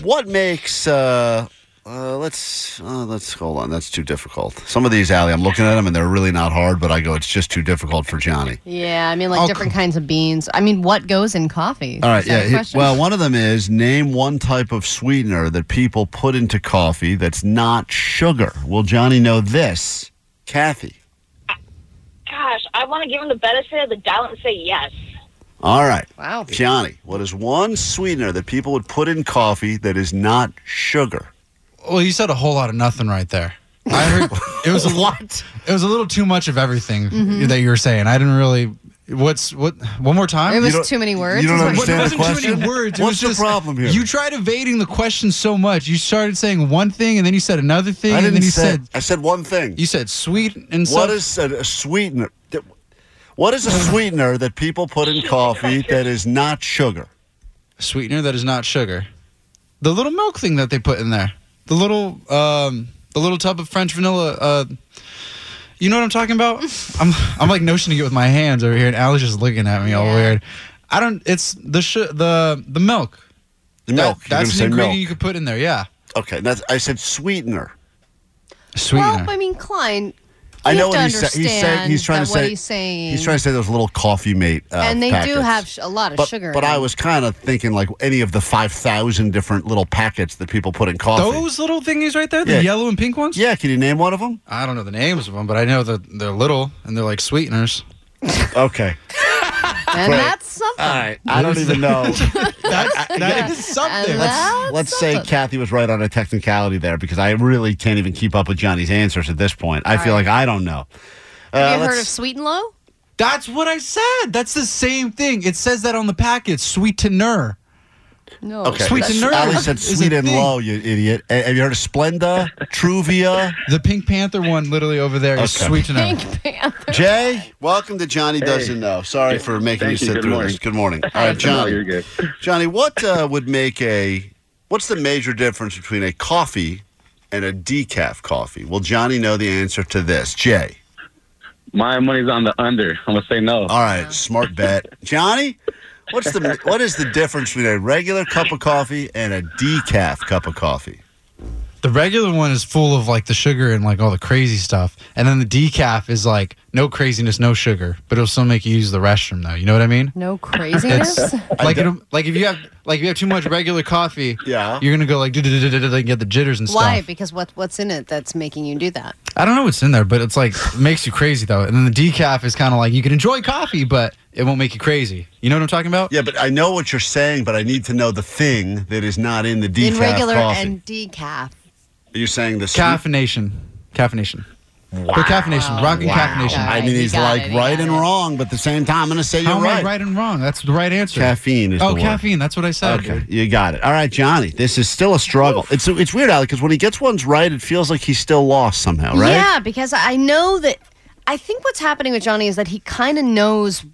[SPEAKER 2] what makes. Uh, uh, let's uh, let's hold on. That's too difficult. Some of these, Allie, I'm looking at them and they're really not hard, but I go, it's just too difficult for Johnny.
[SPEAKER 3] Yeah, I mean, like different kinds of beans. I mean, what goes in coffee?
[SPEAKER 2] All right,
[SPEAKER 3] Is that
[SPEAKER 2] yeah.
[SPEAKER 3] the
[SPEAKER 2] he-
[SPEAKER 3] question?
[SPEAKER 2] well, one of them is name one type of sweetener that people put into coffee that's not sugar. Will Johnny know this? Kathy.
[SPEAKER 17] Gosh, I want to give him the benefit of the doubt and say yes.
[SPEAKER 2] All right.
[SPEAKER 17] Wow.
[SPEAKER 2] Johnny, what is one sweetener that people would put in coffee that is not sugar?
[SPEAKER 8] Well, you said a whole lot of nothing right there. I heard it was a
[SPEAKER 2] lot.
[SPEAKER 8] It was a little too much of everything
[SPEAKER 3] Mhm.
[SPEAKER 8] that you were saying. I didn't really. What's what? One more time.
[SPEAKER 3] It was You don't- too many words, you don't is what you're
[SPEAKER 8] It
[SPEAKER 3] understand
[SPEAKER 8] wasn't
[SPEAKER 3] the
[SPEAKER 8] too many
[SPEAKER 3] question?
[SPEAKER 8] words. It
[SPEAKER 3] What's
[SPEAKER 8] was
[SPEAKER 3] the
[SPEAKER 8] just-
[SPEAKER 3] problem here?
[SPEAKER 8] You tried evading the question so much. You started saying one thing and then you said another thing
[SPEAKER 2] I
[SPEAKER 8] and then
[SPEAKER 2] didn't
[SPEAKER 8] you
[SPEAKER 2] say-
[SPEAKER 8] said.
[SPEAKER 2] I said one thing.
[SPEAKER 8] You said sweet
[SPEAKER 2] What
[SPEAKER 8] and stuff.
[SPEAKER 2] is a, a sweetener? that- What is a sweetener that people put in coffee that is not sugar?
[SPEAKER 8] sweetener that is not sugar. The little milk thing that they put in there. The little um the little tub of French vanilla uh you know what I'm talking about? I'm I'm like notioning it with my hands over here and Ali's just looking at me all weird. I don't it's the sh- the the milk.
[SPEAKER 2] The milk. You're
[SPEAKER 8] that's
[SPEAKER 2] gonna
[SPEAKER 8] an
[SPEAKER 2] say
[SPEAKER 8] ingredient
[SPEAKER 2] milk.
[SPEAKER 8] you could put in there, yeah.
[SPEAKER 2] Okay, that's, I said sweetener.
[SPEAKER 3] well, I mean, Klein.
[SPEAKER 2] I
[SPEAKER 3] you
[SPEAKER 2] know
[SPEAKER 3] have to
[SPEAKER 2] what he's saying. He's saying he's trying
[SPEAKER 3] understand that
[SPEAKER 2] to say
[SPEAKER 3] what he's saying.
[SPEAKER 2] he's trying to say those little coffee mate. Uh,
[SPEAKER 3] and they do
[SPEAKER 2] packets.
[SPEAKER 3] have sh- a lot of
[SPEAKER 2] but,
[SPEAKER 3] sugar.
[SPEAKER 2] But
[SPEAKER 3] in
[SPEAKER 2] I
[SPEAKER 3] it.
[SPEAKER 2] was kind of thinking like any of the five thousand different little packets that people put in coffee.
[SPEAKER 8] Those little thingies right there, the
[SPEAKER 2] Yeah.
[SPEAKER 8] yellow and pink ones?
[SPEAKER 2] Yeah, can you name one of them?
[SPEAKER 8] I don't know the names of them, but I know that they're little and they're like sweeteners.
[SPEAKER 2] okay.
[SPEAKER 3] and
[SPEAKER 2] Wait.
[SPEAKER 3] that's something.
[SPEAKER 2] I don't even know.
[SPEAKER 8] that's, that is something.
[SPEAKER 2] Let's, let's say Kathy was right on a technicality there because I really can't even keep up with Johnny's answers at this point. I feel like I don't know. uh,
[SPEAKER 3] Have you
[SPEAKER 8] let's-
[SPEAKER 3] heard of Sweet and Low?
[SPEAKER 8] That's what I said. That's the same thing. It says that on the package. Sweetener.
[SPEAKER 3] No.
[SPEAKER 2] Okay.
[SPEAKER 8] Sweetener
[SPEAKER 2] Ali said
[SPEAKER 8] is a
[SPEAKER 2] sweet and
[SPEAKER 8] thing.
[SPEAKER 2] low, you idiot. A- Have you heard of Splenda, Truvia?
[SPEAKER 8] The Pink Panther one, literally over there, is
[SPEAKER 2] Okay.
[SPEAKER 8] sweetener.
[SPEAKER 2] Jay, welcome to Johnny
[SPEAKER 8] Hey.
[SPEAKER 2] Doesn't Know. Sorry for making you
[SPEAKER 8] Thank you.
[SPEAKER 2] sit
[SPEAKER 8] Good
[SPEAKER 2] through
[SPEAKER 8] morning.
[SPEAKER 2] this. Good morning. All right,
[SPEAKER 8] No,
[SPEAKER 2] Johnny.
[SPEAKER 8] you're
[SPEAKER 2] good. Johnny, what uh, would make a what's the major difference between a coffee and a decaf coffee? Will Johnny know the answer to this? Jay.
[SPEAKER 10] My money's on the under. I'm gonna say no.
[SPEAKER 2] All right, smart bet. Johnny, what's the what is the difference between a regular cup of coffee and a decaf cup of coffee?
[SPEAKER 8] The regular one is full of like the sugar and like all the crazy stuff, and then the decaf is like no craziness, no sugar, but it'll still make you use the restroom though. You know what I mean?
[SPEAKER 3] No craziness.
[SPEAKER 8] Like it'll, like if you have like if you have too much regular coffee,
[SPEAKER 2] yeah,
[SPEAKER 8] you're gonna go like "Du-du-du-du-du-du," and get the jitters and
[SPEAKER 3] Why?
[SPEAKER 8] stuff.
[SPEAKER 3] Because what what's in it that's making you do that?
[SPEAKER 8] I don't know what's in there, but it's like makes you crazy though. And then the decaf is kind of like you can enjoy coffee, but it won't make you crazy. You know what I'm talking about?
[SPEAKER 2] Yeah, but I know what you're saying, but I need to know the thing that is not in the decaf
[SPEAKER 3] in regular
[SPEAKER 2] coffee.
[SPEAKER 3] and decaf.
[SPEAKER 2] Are you saying the sweet-
[SPEAKER 8] Caffeination, caffeination. But
[SPEAKER 3] Oh,
[SPEAKER 8] caffeination, rocking caffeination.
[SPEAKER 2] I mean, he's like right and wrong, but at the same time, I'm going to say
[SPEAKER 8] How
[SPEAKER 2] you're
[SPEAKER 8] am I
[SPEAKER 2] right.
[SPEAKER 8] right and wrong? That's the right answer.
[SPEAKER 2] Caffeine is
[SPEAKER 8] oh,
[SPEAKER 2] the word.
[SPEAKER 8] caffeine. That's what I said.
[SPEAKER 2] Okay, you got it. All right, Johnny. This is still a struggle. It's it's weird, Alec, because when he gets one's right, it feels like he's still lost somehow, right?
[SPEAKER 3] Yeah, because I know that. I think what's happening with Johnny is that he kind of knows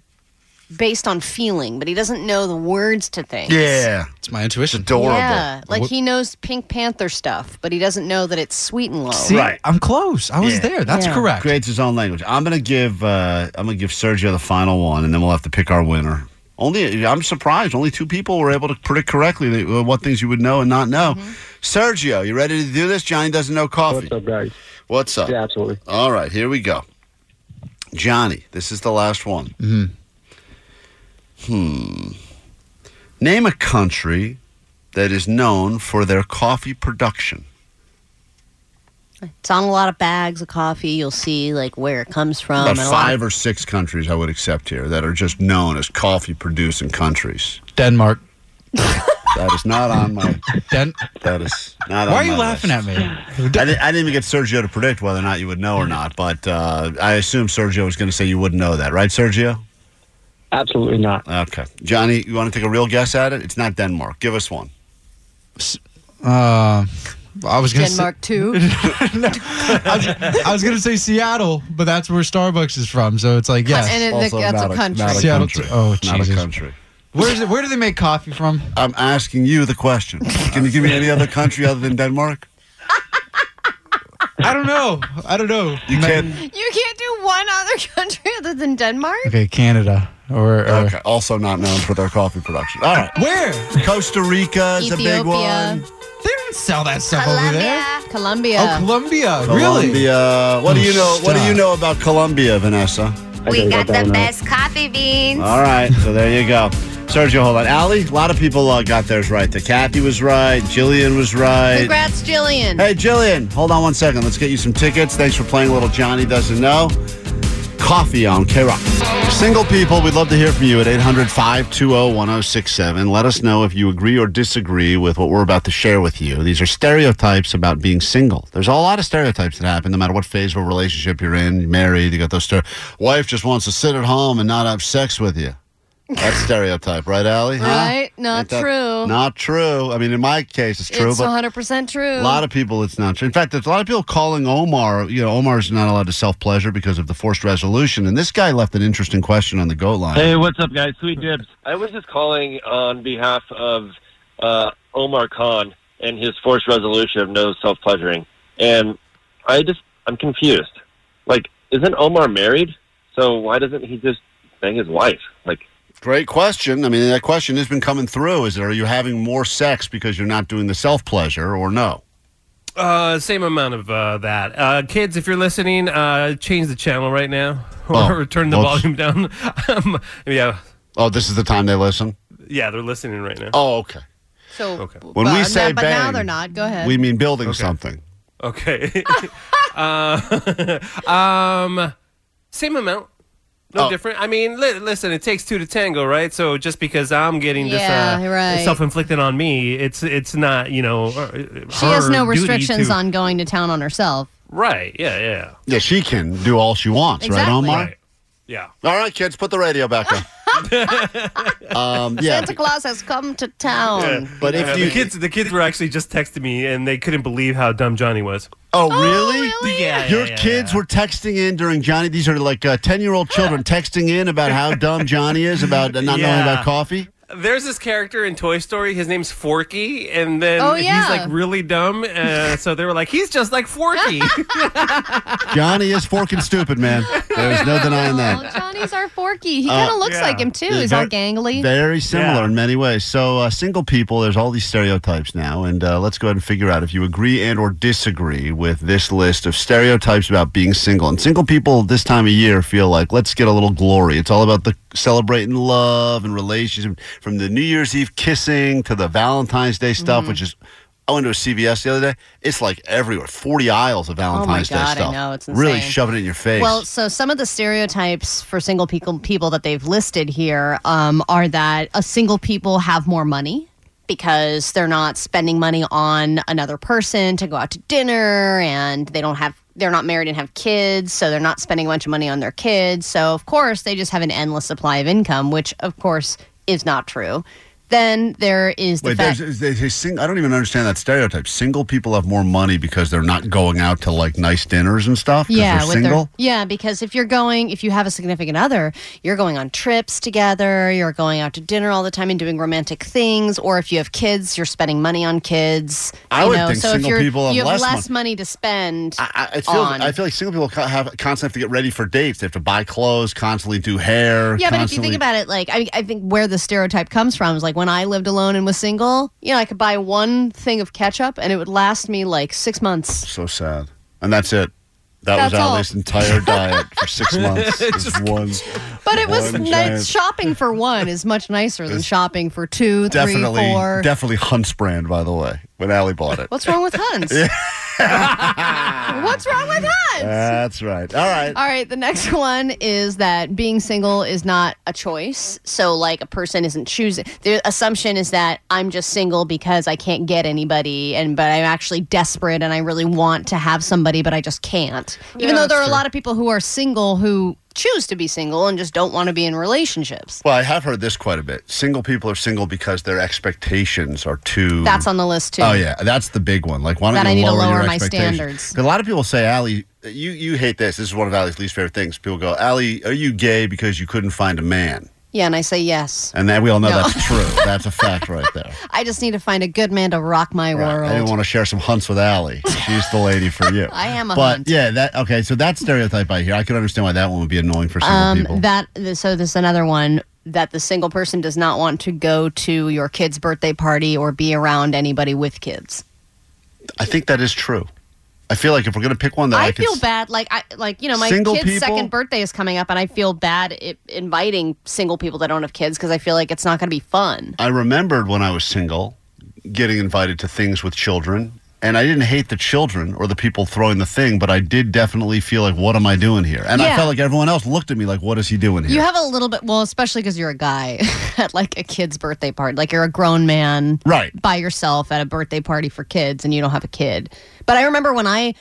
[SPEAKER 3] based on feeling, but he doesn't know the words to things.
[SPEAKER 8] it's my intuition.
[SPEAKER 3] Yeah, like he knows Pink Panther stuff, but he doesn't know that it's sweet and low.
[SPEAKER 2] See? Right.
[SPEAKER 8] I'm close. I was
[SPEAKER 2] Yeah.
[SPEAKER 8] there. That's
[SPEAKER 3] Yeah.
[SPEAKER 8] correct.
[SPEAKER 2] Creates his own language. I'm gonna give uh, I'm gonna give Sergio the final one, and then we'll have to pick our winner. Only I'm surprised. Only two people were able to predict correctly that, uh, what things you would know and not know. Sergio, you ready to do this? Johnny doesn't know coffee. What's up, guys? What's up? Yeah, absolutely. All right, here we go. Johnny, this is the last one.
[SPEAKER 8] Mhm.
[SPEAKER 2] Hmm. Name a country that is known for their coffee production.
[SPEAKER 3] It's on a lot of bags of coffee. You'll see like where it comes from.
[SPEAKER 2] About
[SPEAKER 3] and a lot
[SPEAKER 2] five or six countries I would accept here that are just known as coffee producing countries.
[SPEAKER 8] Denmark.
[SPEAKER 2] That is not on my.
[SPEAKER 8] Den-
[SPEAKER 2] that is not.
[SPEAKER 8] Why
[SPEAKER 2] on
[SPEAKER 8] are you
[SPEAKER 2] my
[SPEAKER 8] laughing
[SPEAKER 2] list.
[SPEAKER 8] at me?
[SPEAKER 2] I, di- I didn't even get Sergio to predict whether or not you would know or not, but uh, I assume Sergio was going to say you wouldn't know that, right, Sergio? Absolutely not. Okay, Johnny, you want to take a real guess at it? It's not Denmark. Give us one.
[SPEAKER 8] Uh, I was gonna say-
[SPEAKER 5] Denmark too.
[SPEAKER 8] I was gonna say Seattle, but that's where Starbucks is from. So it's like yes,
[SPEAKER 5] And it- Also that's a not a- country. not a
[SPEAKER 8] Seattle.
[SPEAKER 2] country.
[SPEAKER 8] Oh,
[SPEAKER 2] Not a
[SPEAKER 8] Jesus.
[SPEAKER 2] country.
[SPEAKER 8] Where is it? Where do they make coffee from?
[SPEAKER 2] I'm asking you the question. Can you give me any other country other than Denmark?
[SPEAKER 8] I don't know. I don't know.
[SPEAKER 2] You can't.
[SPEAKER 5] You can't do one other country other than Denmark.
[SPEAKER 8] Okay, Canada or, or
[SPEAKER 2] Uh, Okay. Also not known for their coffee production. All right.
[SPEAKER 8] Where?
[SPEAKER 2] Costa Rica is a big one.
[SPEAKER 8] They don't sell that stuff over there.
[SPEAKER 5] Colombia.
[SPEAKER 8] Oh, Colombia. Really?
[SPEAKER 2] Colombia. What do you know? What do
[SPEAKER 8] Stop.
[SPEAKER 2] you know about Colombia, Vanessa?
[SPEAKER 7] We got the best coffee beans.
[SPEAKER 2] All right, so there you go. Sergio, hold on. Allie, a lot of people uh, got theirs right. The Kathy was right. Jillian was right.
[SPEAKER 5] Congrats, Jillian.
[SPEAKER 2] Hey, Jillian, hold on one second. Let's get you some tickets. Thanks for playing Little Johnny Doesn't Know. Coffee on K Rock. Single people, we'd love to hear from you at 800 520 1067. Let us know if you agree or disagree with what we're about to share with you. These are stereotypes about being single. There's a lot of stereotypes that happen no matter what phase of a relationship you're in. You're married, you got those stereotypes. Wife just wants to sit at home and not have sex with you. That's stereotype, right, Allie? Huh?
[SPEAKER 5] Right? Not
[SPEAKER 2] Ain't that-
[SPEAKER 5] true.
[SPEAKER 2] Not true. I mean, in my case, it's true.
[SPEAKER 5] it's
[SPEAKER 2] but
[SPEAKER 5] 100% true.
[SPEAKER 2] a lot of people, it's not true. In fact, there's a lot of people calling Omar. You know, Omar's not allowed to self pleasure because of the forced resolution. And this guy left an interesting question on the goat line.
[SPEAKER 12] Hey, what's up, guys? Sweet dibs.
[SPEAKER 24] I was just calling on behalf of uh, Omar Khan and his forced resolution of no self pleasuring. And I just, I'm confused. Like, isn't Omar married? So why doesn't he just bang his wife? Like,
[SPEAKER 2] Great question. I mean, that question has been coming through. Is are you having more sex because you're not doing the self pleasure or no?
[SPEAKER 4] Uh, same amount of uh, that. Uh, kids, if you're listening, uh, change the channel right now or
[SPEAKER 2] Oh,
[SPEAKER 4] turn the
[SPEAKER 2] whoops.
[SPEAKER 4] volume down. um, yeah,
[SPEAKER 2] Oh, this is the time they listen?
[SPEAKER 4] yeah, they're listening right now.
[SPEAKER 2] Oh, okay.
[SPEAKER 5] So,
[SPEAKER 4] Okay.
[SPEAKER 2] When we
[SPEAKER 5] but-
[SPEAKER 2] say
[SPEAKER 5] but now
[SPEAKER 2] bang,
[SPEAKER 5] they're not. Go ahead.
[SPEAKER 2] We mean building something.
[SPEAKER 4] Okay. uh, um, same amount. No
[SPEAKER 2] Oh.
[SPEAKER 4] different. I mean, li- listen, it takes two to tango, right? So just because I'm getting
[SPEAKER 5] Yeah,
[SPEAKER 4] this uh,
[SPEAKER 5] right.
[SPEAKER 4] self-inflicted on me, it's it's not, you know, uh,
[SPEAKER 5] she has
[SPEAKER 4] her
[SPEAKER 5] no
[SPEAKER 4] duty
[SPEAKER 5] restrictions
[SPEAKER 4] to-
[SPEAKER 5] on going to town on herself.
[SPEAKER 4] Right. Yeah, yeah.
[SPEAKER 2] Yeah, she can do all she wants, right,
[SPEAKER 5] Exactly.
[SPEAKER 2] Omar?
[SPEAKER 5] Right.
[SPEAKER 4] Yeah.
[SPEAKER 2] All right, kids, put the radio back on. um, yeah.
[SPEAKER 5] Santa Claus has come to town.
[SPEAKER 4] Yeah.
[SPEAKER 2] But if
[SPEAKER 4] Yeah,
[SPEAKER 2] you-
[SPEAKER 4] the kids, the kids were actually just texting me, and they couldn't believe how dumb Johnny was.
[SPEAKER 2] Oh, really?
[SPEAKER 4] Yeah, yeah,
[SPEAKER 2] Your
[SPEAKER 4] yeah,
[SPEAKER 2] kids were texting in during Johnny. These are like uh, 10 year old children texting in about how dumb Johnny is about uh, not knowing
[SPEAKER 4] Yeah.
[SPEAKER 2] about coffee.
[SPEAKER 4] Uh, There's this character in Toy Story. His name's Forky, and then
[SPEAKER 5] Oh, yeah.
[SPEAKER 4] he's like really dumb. Uh, so they were like, "He's just like Forky."
[SPEAKER 2] Johnny is forking stupid, man. There's no denying that.
[SPEAKER 5] Oh, Johnny's our Forky. He
[SPEAKER 2] Uh,
[SPEAKER 5] kind of looks
[SPEAKER 2] yeah.
[SPEAKER 5] like him too.
[SPEAKER 2] Yeah,
[SPEAKER 5] He's
[SPEAKER 2] very-
[SPEAKER 5] all gangly.
[SPEAKER 2] Very similar in many ways. So, uh, single people, there's all these stereotypes now, and uh, let's go ahead and figure out if you agree and or disagree with this list of stereotypes about being single. And single people this time of year feel like let's get a little glory. It's all about the celebrating love and relationship, from the New Year's Eve kissing to the Valentine's Day
[SPEAKER 5] Mm-hmm.
[SPEAKER 2] stuff, which is. I went to a CVS the other day. It's like everywhere, forty aisles of Valentine's
[SPEAKER 5] Oh God, I
[SPEAKER 2] Day stuff.
[SPEAKER 5] know. It's
[SPEAKER 2] really
[SPEAKER 5] insane.
[SPEAKER 2] shoving it in your face.
[SPEAKER 5] Well, so some of the stereotypes for single people people that they've listed here um, are that a single people have more money because they're not spending money on another person to go out to dinner and they don't have they're not married and have kids so they're not spending a bunch of money on their kids so of course they just have an endless supply of income which of course is not true then there is the
[SPEAKER 2] Wait,
[SPEAKER 5] fact
[SPEAKER 2] there's, there's, there's sing- I don't even understand that stereotype. Single people have more money because they're not going out to like nice dinners and stuff. 'cause
[SPEAKER 5] Yeah,
[SPEAKER 2] they're
[SPEAKER 5] with their-
[SPEAKER 2] single.
[SPEAKER 5] yeah, because if you're going, if you have a significant other, you're going on trips together, you're going out to dinner all the time and doing romantic things, or if you have kids, you're spending money on kids.
[SPEAKER 2] I
[SPEAKER 5] you
[SPEAKER 2] would
[SPEAKER 5] know,
[SPEAKER 2] think
[SPEAKER 5] so if
[SPEAKER 2] single
[SPEAKER 5] you're,
[SPEAKER 2] people have
[SPEAKER 5] you
[SPEAKER 2] less
[SPEAKER 5] have less money to spend
[SPEAKER 2] I, I feel
[SPEAKER 5] on.
[SPEAKER 2] I feel like single people co- have constantly have to get ready for dates. They have to buy clothes, constantly do hair.
[SPEAKER 5] yeah, but if you
[SPEAKER 2] constantly-
[SPEAKER 5] think about it, like I, I think where the stereotype comes from is like when I lived alone and was single, you know, I could buy one thing of ketchup and it would last me like six months.
[SPEAKER 2] so sad, and that's it. That
[SPEAKER 5] That's
[SPEAKER 2] was
[SPEAKER 5] all.
[SPEAKER 2] Ali's entire diet for six months.
[SPEAKER 5] It's
[SPEAKER 2] Just one,
[SPEAKER 5] But it was
[SPEAKER 2] one
[SPEAKER 5] nice.
[SPEAKER 2] giant-
[SPEAKER 5] shopping for one is much nicer than shopping for two, three, four.
[SPEAKER 2] definitely, definitely Hunt's brand, by the way. When Ali bought it,
[SPEAKER 5] What's wrong with Huns? What's wrong with Huns?
[SPEAKER 2] that's right. All right.
[SPEAKER 5] All right, the next one is that being single is not a choice. So, like, a person isn't choosing. The assumption is that I'm just single because I can't get anybody, and but I'm actually desperate and I really want to have somebody, but I just can't.
[SPEAKER 3] Yeah,
[SPEAKER 5] Even though there
[SPEAKER 3] that's
[SPEAKER 5] are a
[SPEAKER 3] true.
[SPEAKER 5] lot of people who are single who choose to be single and just don't want to be in relationships.
[SPEAKER 2] Well, I have heard this quite a bit. Single people are single because their expectations are too.
[SPEAKER 5] That's on the list too.
[SPEAKER 2] Oh yeah, that's the big one. Like, why don't
[SPEAKER 5] That
[SPEAKER 2] you
[SPEAKER 5] I need to
[SPEAKER 2] lower,
[SPEAKER 5] lower
[SPEAKER 2] your
[SPEAKER 5] my
[SPEAKER 2] expectations?
[SPEAKER 5] standards.
[SPEAKER 2] 'Cause A lot of people say, "Ali, you you hate this. This is one of Ali's least favorite things." People go, "Ali, are you gay because you couldn't find a man?"
[SPEAKER 5] Yeah, and I say yes.
[SPEAKER 2] And that we all know
[SPEAKER 5] No.
[SPEAKER 2] that's true. That's a fact right there.
[SPEAKER 5] I just need to find a good man to rock my world.
[SPEAKER 2] I didn't want to share some hunts with Allie. She's the lady for you.
[SPEAKER 5] I am a
[SPEAKER 2] but
[SPEAKER 5] hunt.
[SPEAKER 2] yeah, that okay. So that stereotype I hear, I can understand why that one would be annoying for single
[SPEAKER 5] um,
[SPEAKER 2] people.
[SPEAKER 5] That so this is another one that the single person does not want to go to your kid's birthday party or be around anybody with kids.
[SPEAKER 2] I think that is true. I feel like if we're gonna pick one that I,
[SPEAKER 5] I
[SPEAKER 2] could
[SPEAKER 5] feel
[SPEAKER 2] s-
[SPEAKER 5] bad, like I like you know my
[SPEAKER 2] Single
[SPEAKER 5] kid's
[SPEAKER 2] people-
[SPEAKER 5] second birthday is coming up, and I feel bad i inviting single people that don't have kids because I feel like it's not going to be fun.
[SPEAKER 2] I remembered when I was single, getting invited to things with children, and I didn't hate the children or the people throwing the thing, but I did definitely feel like, what am I doing here? And I
[SPEAKER 5] Yeah.
[SPEAKER 2] felt like everyone else looked at me like, what is he doing here?
[SPEAKER 5] You have a little bit, well, especially because you're a guy at like a kid's birthday party. Like you're a grown man,
[SPEAKER 2] right,
[SPEAKER 5] by yourself at a birthday party for kids, and you don't have a kid. But I remember when I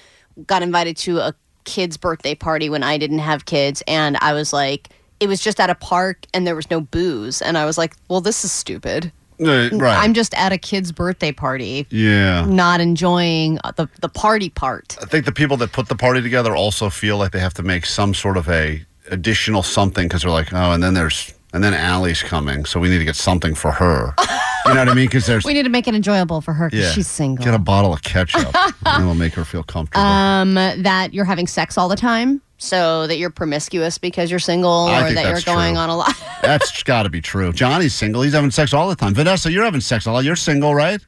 [SPEAKER 5] got invited to a kid's birthday party when I didn't have kids, and I was like, it was just at a park, and there was no booze, and I was like, well, this is stupid.
[SPEAKER 2] Uh, right.
[SPEAKER 5] I'm just at a kid's birthday party,
[SPEAKER 2] yeah.
[SPEAKER 5] not enjoying the the party part.
[SPEAKER 2] I think the people that put the party together also feel like they have to make some sort of a additional something because they're like, oh, and then there's and then Allie's coming, so we need to get something for her. you know what I mean? Because there's
[SPEAKER 5] We need to make it enjoyable for her because
[SPEAKER 2] yeah,
[SPEAKER 5] she's single.
[SPEAKER 2] Get a bottle of ketchup, and it'll make her feel comfortable.
[SPEAKER 5] um, that you're having sex all the time, so that you're promiscuous because you're single,
[SPEAKER 2] I
[SPEAKER 5] or
[SPEAKER 2] think
[SPEAKER 5] that you're
[SPEAKER 2] that's
[SPEAKER 5] going
[SPEAKER 2] true.
[SPEAKER 5] on a lot.
[SPEAKER 2] That's got to be true. Johnny's single. He's having sex all the time. Vanessa, you're having sex a lot. You're single, right?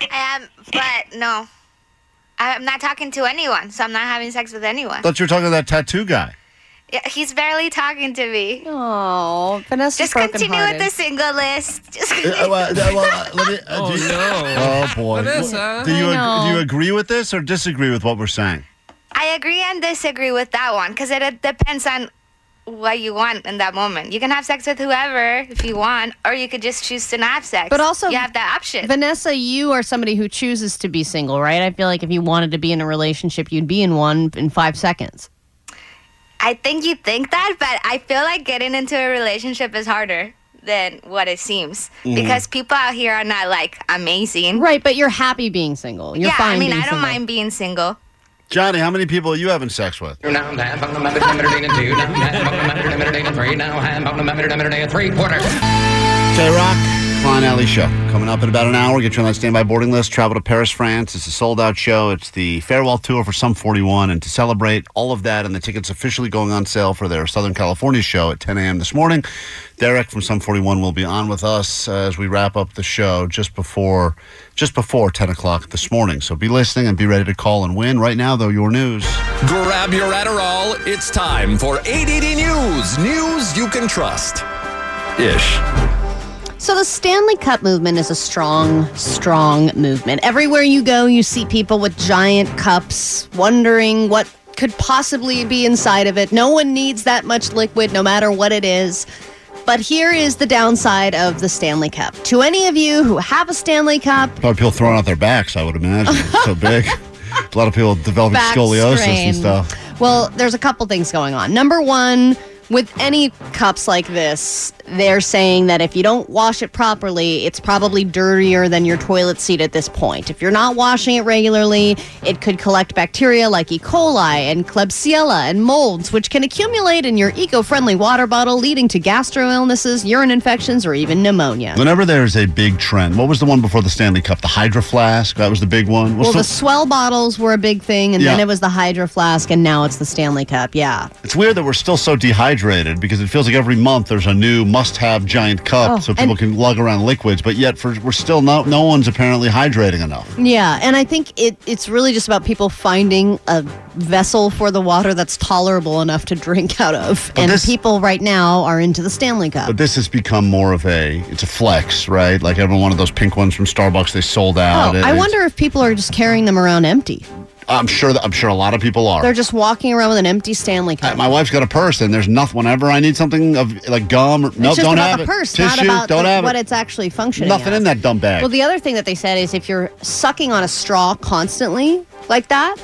[SPEAKER 7] Um, but no, I'm not talking to anyone, so I'm not having sex with anyone.
[SPEAKER 2] Thought you were talking to that tattoo guy.
[SPEAKER 7] Yeah, he's barely talking to me.
[SPEAKER 5] Oh, Vanessa,
[SPEAKER 7] just continue with the single list. Just
[SPEAKER 2] Uh, well, uh, well, uh, let me- uh, do you- Oh boy.
[SPEAKER 7] Vanessa.
[SPEAKER 2] Do you
[SPEAKER 7] I
[SPEAKER 2] ag-
[SPEAKER 7] know.
[SPEAKER 2] do you agree with this or disagree with what we're saying?
[SPEAKER 7] I agree and disagree with that one because it, it depends on what you want in that moment. You can have sex with whoever if you want, or you could just choose to not have sex.
[SPEAKER 5] But also-
[SPEAKER 7] you have that option.
[SPEAKER 5] Vanessa, you are somebody who chooses to be single, right? I feel like if you wanted to be in a relationship, you'd be in one in five seconds.
[SPEAKER 7] I think you think that, but I feel like getting into a relationship is harder than what it seems
[SPEAKER 5] Mhm.
[SPEAKER 7] because people out here are not like amazing.
[SPEAKER 5] Right, but you're happy being single. You're
[SPEAKER 7] yeah,
[SPEAKER 5] fine
[SPEAKER 7] I mean,
[SPEAKER 5] being
[SPEAKER 7] I don't
[SPEAKER 5] single.
[SPEAKER 7] mind being single.
[SPEAKER 2] Johnny, how many people are you having sex with?
[SPEAKER 9] Three quarter.
[SPEAKER 2] K Rock, Klein Alley Show. Coming up in about an hour, get you on that standby boarding list. Travel to Paris, France. It's a sold out show. It's the farewell tour for Sum 41. And to celebrate all of that, and the tickets officially going on sale for their Southern California show at 10 a.m. this morning, Derek from Sum 41 will be on with us uh, as we wrap up the show just before just before 10 o'clock this morning. So be listening and be ready to call and win. Right now, though, your news.
[SPEAKER 6] Grab your Adderall. It's time for ADD News. News you can trust. Ish.
[SPEAKER 5] So the Stanley Cup movement is a strong, strong movement. Everywhere you go, you see people with giant cups wondering what could possibly be inside of it. No one needs that much liquid, no matter what it is. But here is the downside of the Stanley Cup. To any of you who have a Stanley Cup,
[SPEAKER 2] Probably people throwing out their backs, I would imagine. It's so big. A lot of people developing
[SPEAKER 5] Back
[SPEAKER 2] scoliosis
[SPEAKER 5] strain.
[SPEAKER 2] and stuff.
[SPEAKER 5] Well, there's a couple things going on. Number one, with any cups like this, they're saying that if you don't wash it properly, it's probably dirtier than your toilet seat at this point. If you're not washing it regularly, it could collect bacteria like E. coli and Klebsiella and molds, which can accumulate in your eco friendly water bottle, leading to gastro illnesses, urine infections, or even pneumonia.
[SPEAKER 2] Whenever there's a big trend, what was the one before the Stanley Cup? The Hydro Flask? That was the big one. What's
[SPEAKER 5] Well, the
[SPEAKER 2] the-
[SPEAKER 5] swell bottles were a big thing, and then
[SPEAKER 2] Yeah.
[SPEAKER 5] it was the Hydro Flask, and now it's the Stanley Cup. Yeah.
[SPEAKER 2] it's weird that we're still so dehydrated because it feels like every month there's a new must-have giant cup
[SPEAKER 5] Oh,
[SPEAKER 2] so people
[SPEAKER 5] and-
[SPEAKER 2] can lug around liquids, but yet for, we're still not, no one's apparently hydrating enough.
[SPEAKER 5] Yeah, and I think it, it's really just about people finding a vessel for the water that's tolerable enough to drink out of. and people right now are into the Stanley Cup.
[SPEAKER 2] But this has become more of a, it's a flex, right? Like every one of those pink ones from Starbucks, they sold out.
[SPEAKER 5] Oh,
[SPEAKER 2] It-
[SPEAKER 5] I
[SPEAKER 2] it's-
[SPEAKER 5] wonder if people are just carrying them around empty.
[SPEAKER 2] I'm sure that, I'm sure a lot of people are. Uh,
[SPEAKER 5] They're just walking around with an empty Stanley Cup.
[SPEAKER 2] My wife's got a purse, and there's nothing. Whenever I need something of like gum, or,
[SPEAKER 5] it's
[SPEAKER 2] nope,
[SPEAKER 5] just
[SPEAKER 2] don't
[SPEAKER 5] about
[SPEAKER 2] have
[SPEAKER 5] the
[SPEAKER 2] it.
[SPEAKER 5] purse,
[SPEAKER 2] Tissue,
[SPEAKER 5] not about
[SPEAKER 2] don't
[SPEAKER 5] the-
[SPEAKER 2] have
[SPEAKER 5] what
[SPEAKER 2] it.
[SPEAKER 5] it's actually functioning.
[SPEAKER 2] Nothing
[SPEAKER 5] as.
[SPEAKER 2] in that dumb bag.
[SPEAKER 5] Well, the other thing that they said is if you're sucking on a straw constantly like that,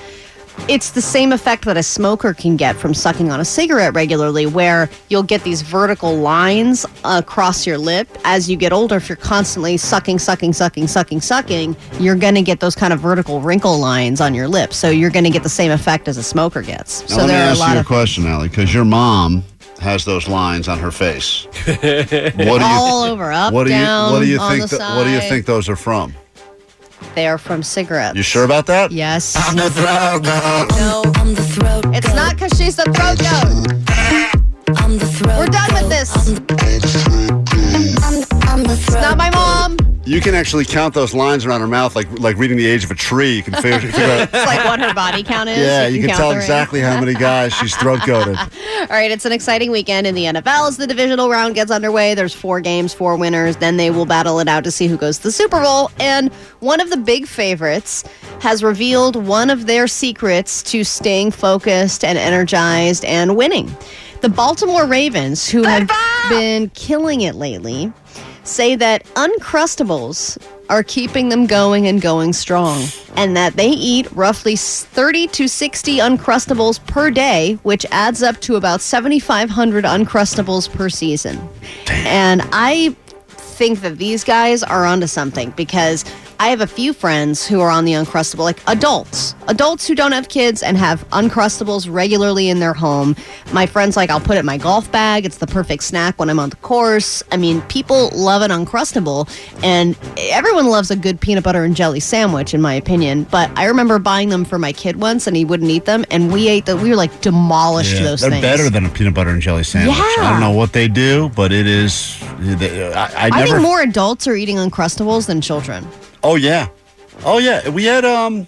[SPEAKER 5] it's the same effect that a smoker can get from sucking on a cigarette regularly, where you'll get these vertical lines across your lip as you get older. If you're constantly sucking, sucking, sucking, sucking, sucking, you're going to get those kind of vertical wrinkle lines on your lips. So you're going to get the same effect as a smoker gets.
[SPEAKER 2] Now,
[SPEAKER 5] so
[SPEAKER 2] let me
[SPEAKER 5] there are a
[SPEAKER 2] ask
[SPEAKER 5] lot
[SPEAKER 2] you a
[SPEAKER 5] of.
[SPEAKER 2] question, Allie, because your mom has those lines on her face. what do you,
[SPEAKER 5] All over, up,
[SPEAKER 2] what do
[SPEAKER 5] down,
[SPEAKER 2] you, what do you
[SPEAKER 5] on
[SPEAKER 2] think?
[SPEAKER 5] the
[SPEAKER 2] tha- what do you
[SPEAKER 5] side.
[SPEAKER 2] think those are from?
[SPEAKER 5] They are from cigarettes.
[SPEAKER 2] You sure about that?
[SPEAKER 5] Yes.
[SPEAKER 2] I'm the throat goat.
[SPEAKER 5] No, I'm the throat. It's not because she's the throat goat. I'm the throat. We're done with this. It's not my mom.
[SPEAKER 2] You can actually count those lines around her mouth, like like reading the age of a tree. You can figure, figure out.
[SPEAKER 5] it's like what her body count is.
[SPEAKER 2] Yeah,
[SPEAKER 5] if
[SPEAKER 2] you can
[SPEAKER 5] count
[SPEAKER 2] tell
[SPEAKER 5] the rings.
[SPEAKER 2] exactly how many guys she's throat goated.
[SPEAKER 5] All right, it's an exciting weekend in the NFL as the divisional round gets underway. There's four games, four winners. Then they will battle it out to see who goes to the Super Bowl. And one of the big favorites has revealed one of their secrets to staying focused and energized and winning. The Baltimore Ravens, who have been killing it lately, say that Uncrustables are keeping them going and going strong, and that they eat roughly 30 to 60 Uncrustables per day, which adds up to about 7,500 Uncrustables per season. And I think that these guys are onto something because I have a few friends who are on the Uncrustable, like adults, adults who don't have kids and have Uncrustables regularly in their home. My friend's like, I'll put it in my golf bag. It's the perfect snack when I'm on the course. I mean, people love an Uncrustable, and everyone loves a good peanut butter and jelly sandwich, in my opinion. But I remember buying them for my kid once, and he wouldn't eat them, and we ate them. We were like demolished
[SPEAKER 2] Yeah,
[SPEAKER 5] those
[SPEAKER 2] they're
[SPEAKER 5] things.
[SPEAKER 2] better than a peanut butter and jelly sandwich. I don't know what they do, but it is. they- I, I
[SPEAKER 5] I,
[SPEAKER 2] never.
[SPEAKER 5] think more adults are eating Uncrustables than children.
[SPEAKER 2] oh yeah, oh yeah. We had um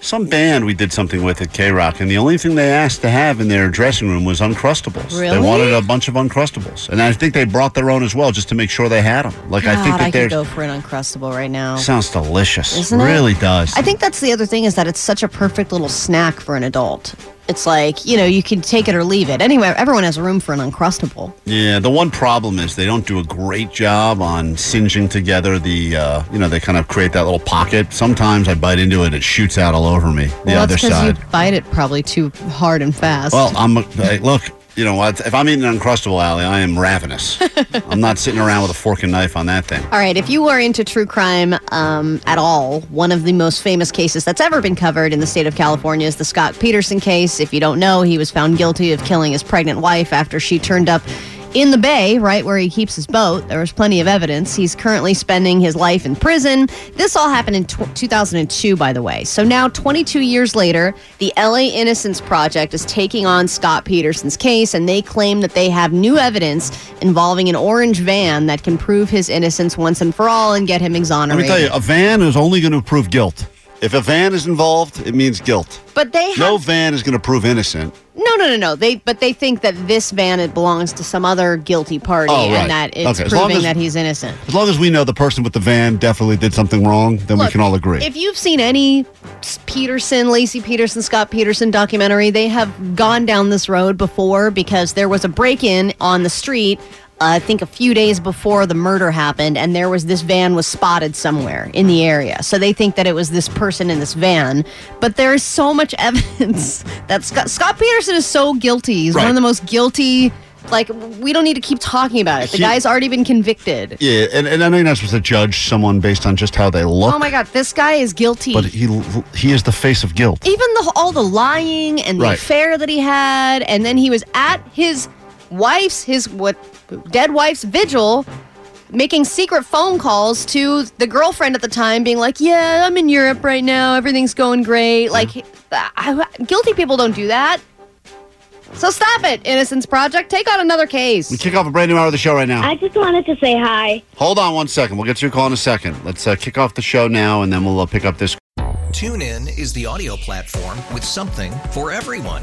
[SPEAKER 2] some band we did something with at K Rock, and the only thing they asked to have in their dressing room was Uncrustables.
[SPEAKER 5] Really?
[SPEAKER 2] They wanted a bunch of Uncrustables, and I think they brought their own as well, just to make sure they had them. Like I think that
[SPEAKER 5] God, I could
[SPEAKER 2] there's
[SPEAKER 5] go for an uncrustable right now.
[SPEAKER 2] sounds delicious.
[SPEAKER 5] Isn't it?
[SPEAKER 2] really does.
[SPEAKER 5] I think that's the other thing is that it's such a perfect little snack for an adult. It's like you know you can take it or leave it. Anyway, everyone has room for an uncrustable.
[SPEAKER 2] Yeah, the one problem is they don't do a great job on singeing together the, uh, you know, they kind of create that little pocket. Sometimes I bite into it, it shoots out all over me, the
[SPEAKER 5] well,
[SPEAKER 2] other
[SPEAKER 5] that's because
[SPEAKER 2] side.
[SPEAKER 5] you bite it probably too hard and fast.
[SPEAKER 2] Well, I'm, hey, look, you know what? If I'm eating an Uncrustable Alley, I am ravenous. I'm not sitting around with a fork and knife on that thing.
[SPEAKER 5] All right, if you are into true crime um, at all, one of the most famous cases that's ever been covered in the state of California is the Scott Peterson case. If you don't know, he was found guilty of killing his pregnant wife after she turned up in the bay, right where he keeps his boat. There was plenty of evidence. He's currently spending his life in prison. This all happened in tw 2002, by the way. So now, 22 years later, the LA Innocence Project is taking on Scott Peterson's case, and they claim that they have new evidence involving an orange van that can prove his innocence once and for all and get him
[SPEAKER 2] Let
[SPEAKER 5] exonerated.
[SPEAKER 2] me tell you, a van is only going to prove guilt. If a van is involved, it means guilt.
[SPEAKER 5] But they have
[SPEAKER 2] No van is going to prove innocent.
[SPEAKER 5] no, no, no, no. They but they think that this van it belongs to some other guilty party,
[SPEAKER 2] Oh, right.
[SPEAKER 5] and that it's
[SPEAKER 2] Okay, as long
[SPEAKER 5] proving
[SPEAKER 2] as-
[SPEAKER 5] that he's innocent.
[SPEAKER 2] As long as we know the person with the van definitely did something wrong, then we
[SPEAKER 5] Look,
[SPEAKER 2] can all agree.
[SPEAKER 5] If you've seen any S- Peterson, Lacey Peterson, Scott Peterson documentary, they have gone down this road before because there was a break in on the street. Uh, I think a few days before the murder happened, and there was this van was spotted somewhere in the area. So they think that it was this person in this van. But there is so much evidence that Scott, Scott Peterson is so guilty. He's one
[SPEAKER 2] Right.
[SPEAKER 5] of the most guilty. Like we don't need to keep talking about it. The
[SPEAKER 2] He-
[SPEAKER 5] guy's already been convicted.
[SPEAKER 2] Yeah, and, and I know you're not supposed to judge someone based on just how they look.
[SPEAKER 5] Oh my God, this guy is guilty.
[SPEAKER 2] But he he is the face of guilt.
[SPEAKER 5] even the all the lying and the
[SPEAKER 2] Right.
[SPEAKER 5] affair that he had and then he was at his wife's his what dead wife's vigil making secret phone calls to the girlfriend at the time being like yeah i'm in europe right now everything's going
[SPEAKER 2] Mm-hmm.
[SPEAKER 5] great like I, I- guilty people don't do that so stop it innocence project take on another case
[SPEAKER 2] We kick off a brand new hour of the show right now.
[SPEAKER 23] I just wanted to say hi.
[SPEAKER 2] Hold on one second. We'll get to your call in a second. Let's uh, kick off the show now, and then we'll uh, pick up this.
[SPEAKER 19] TuneIn is the audio platform with something for everyone.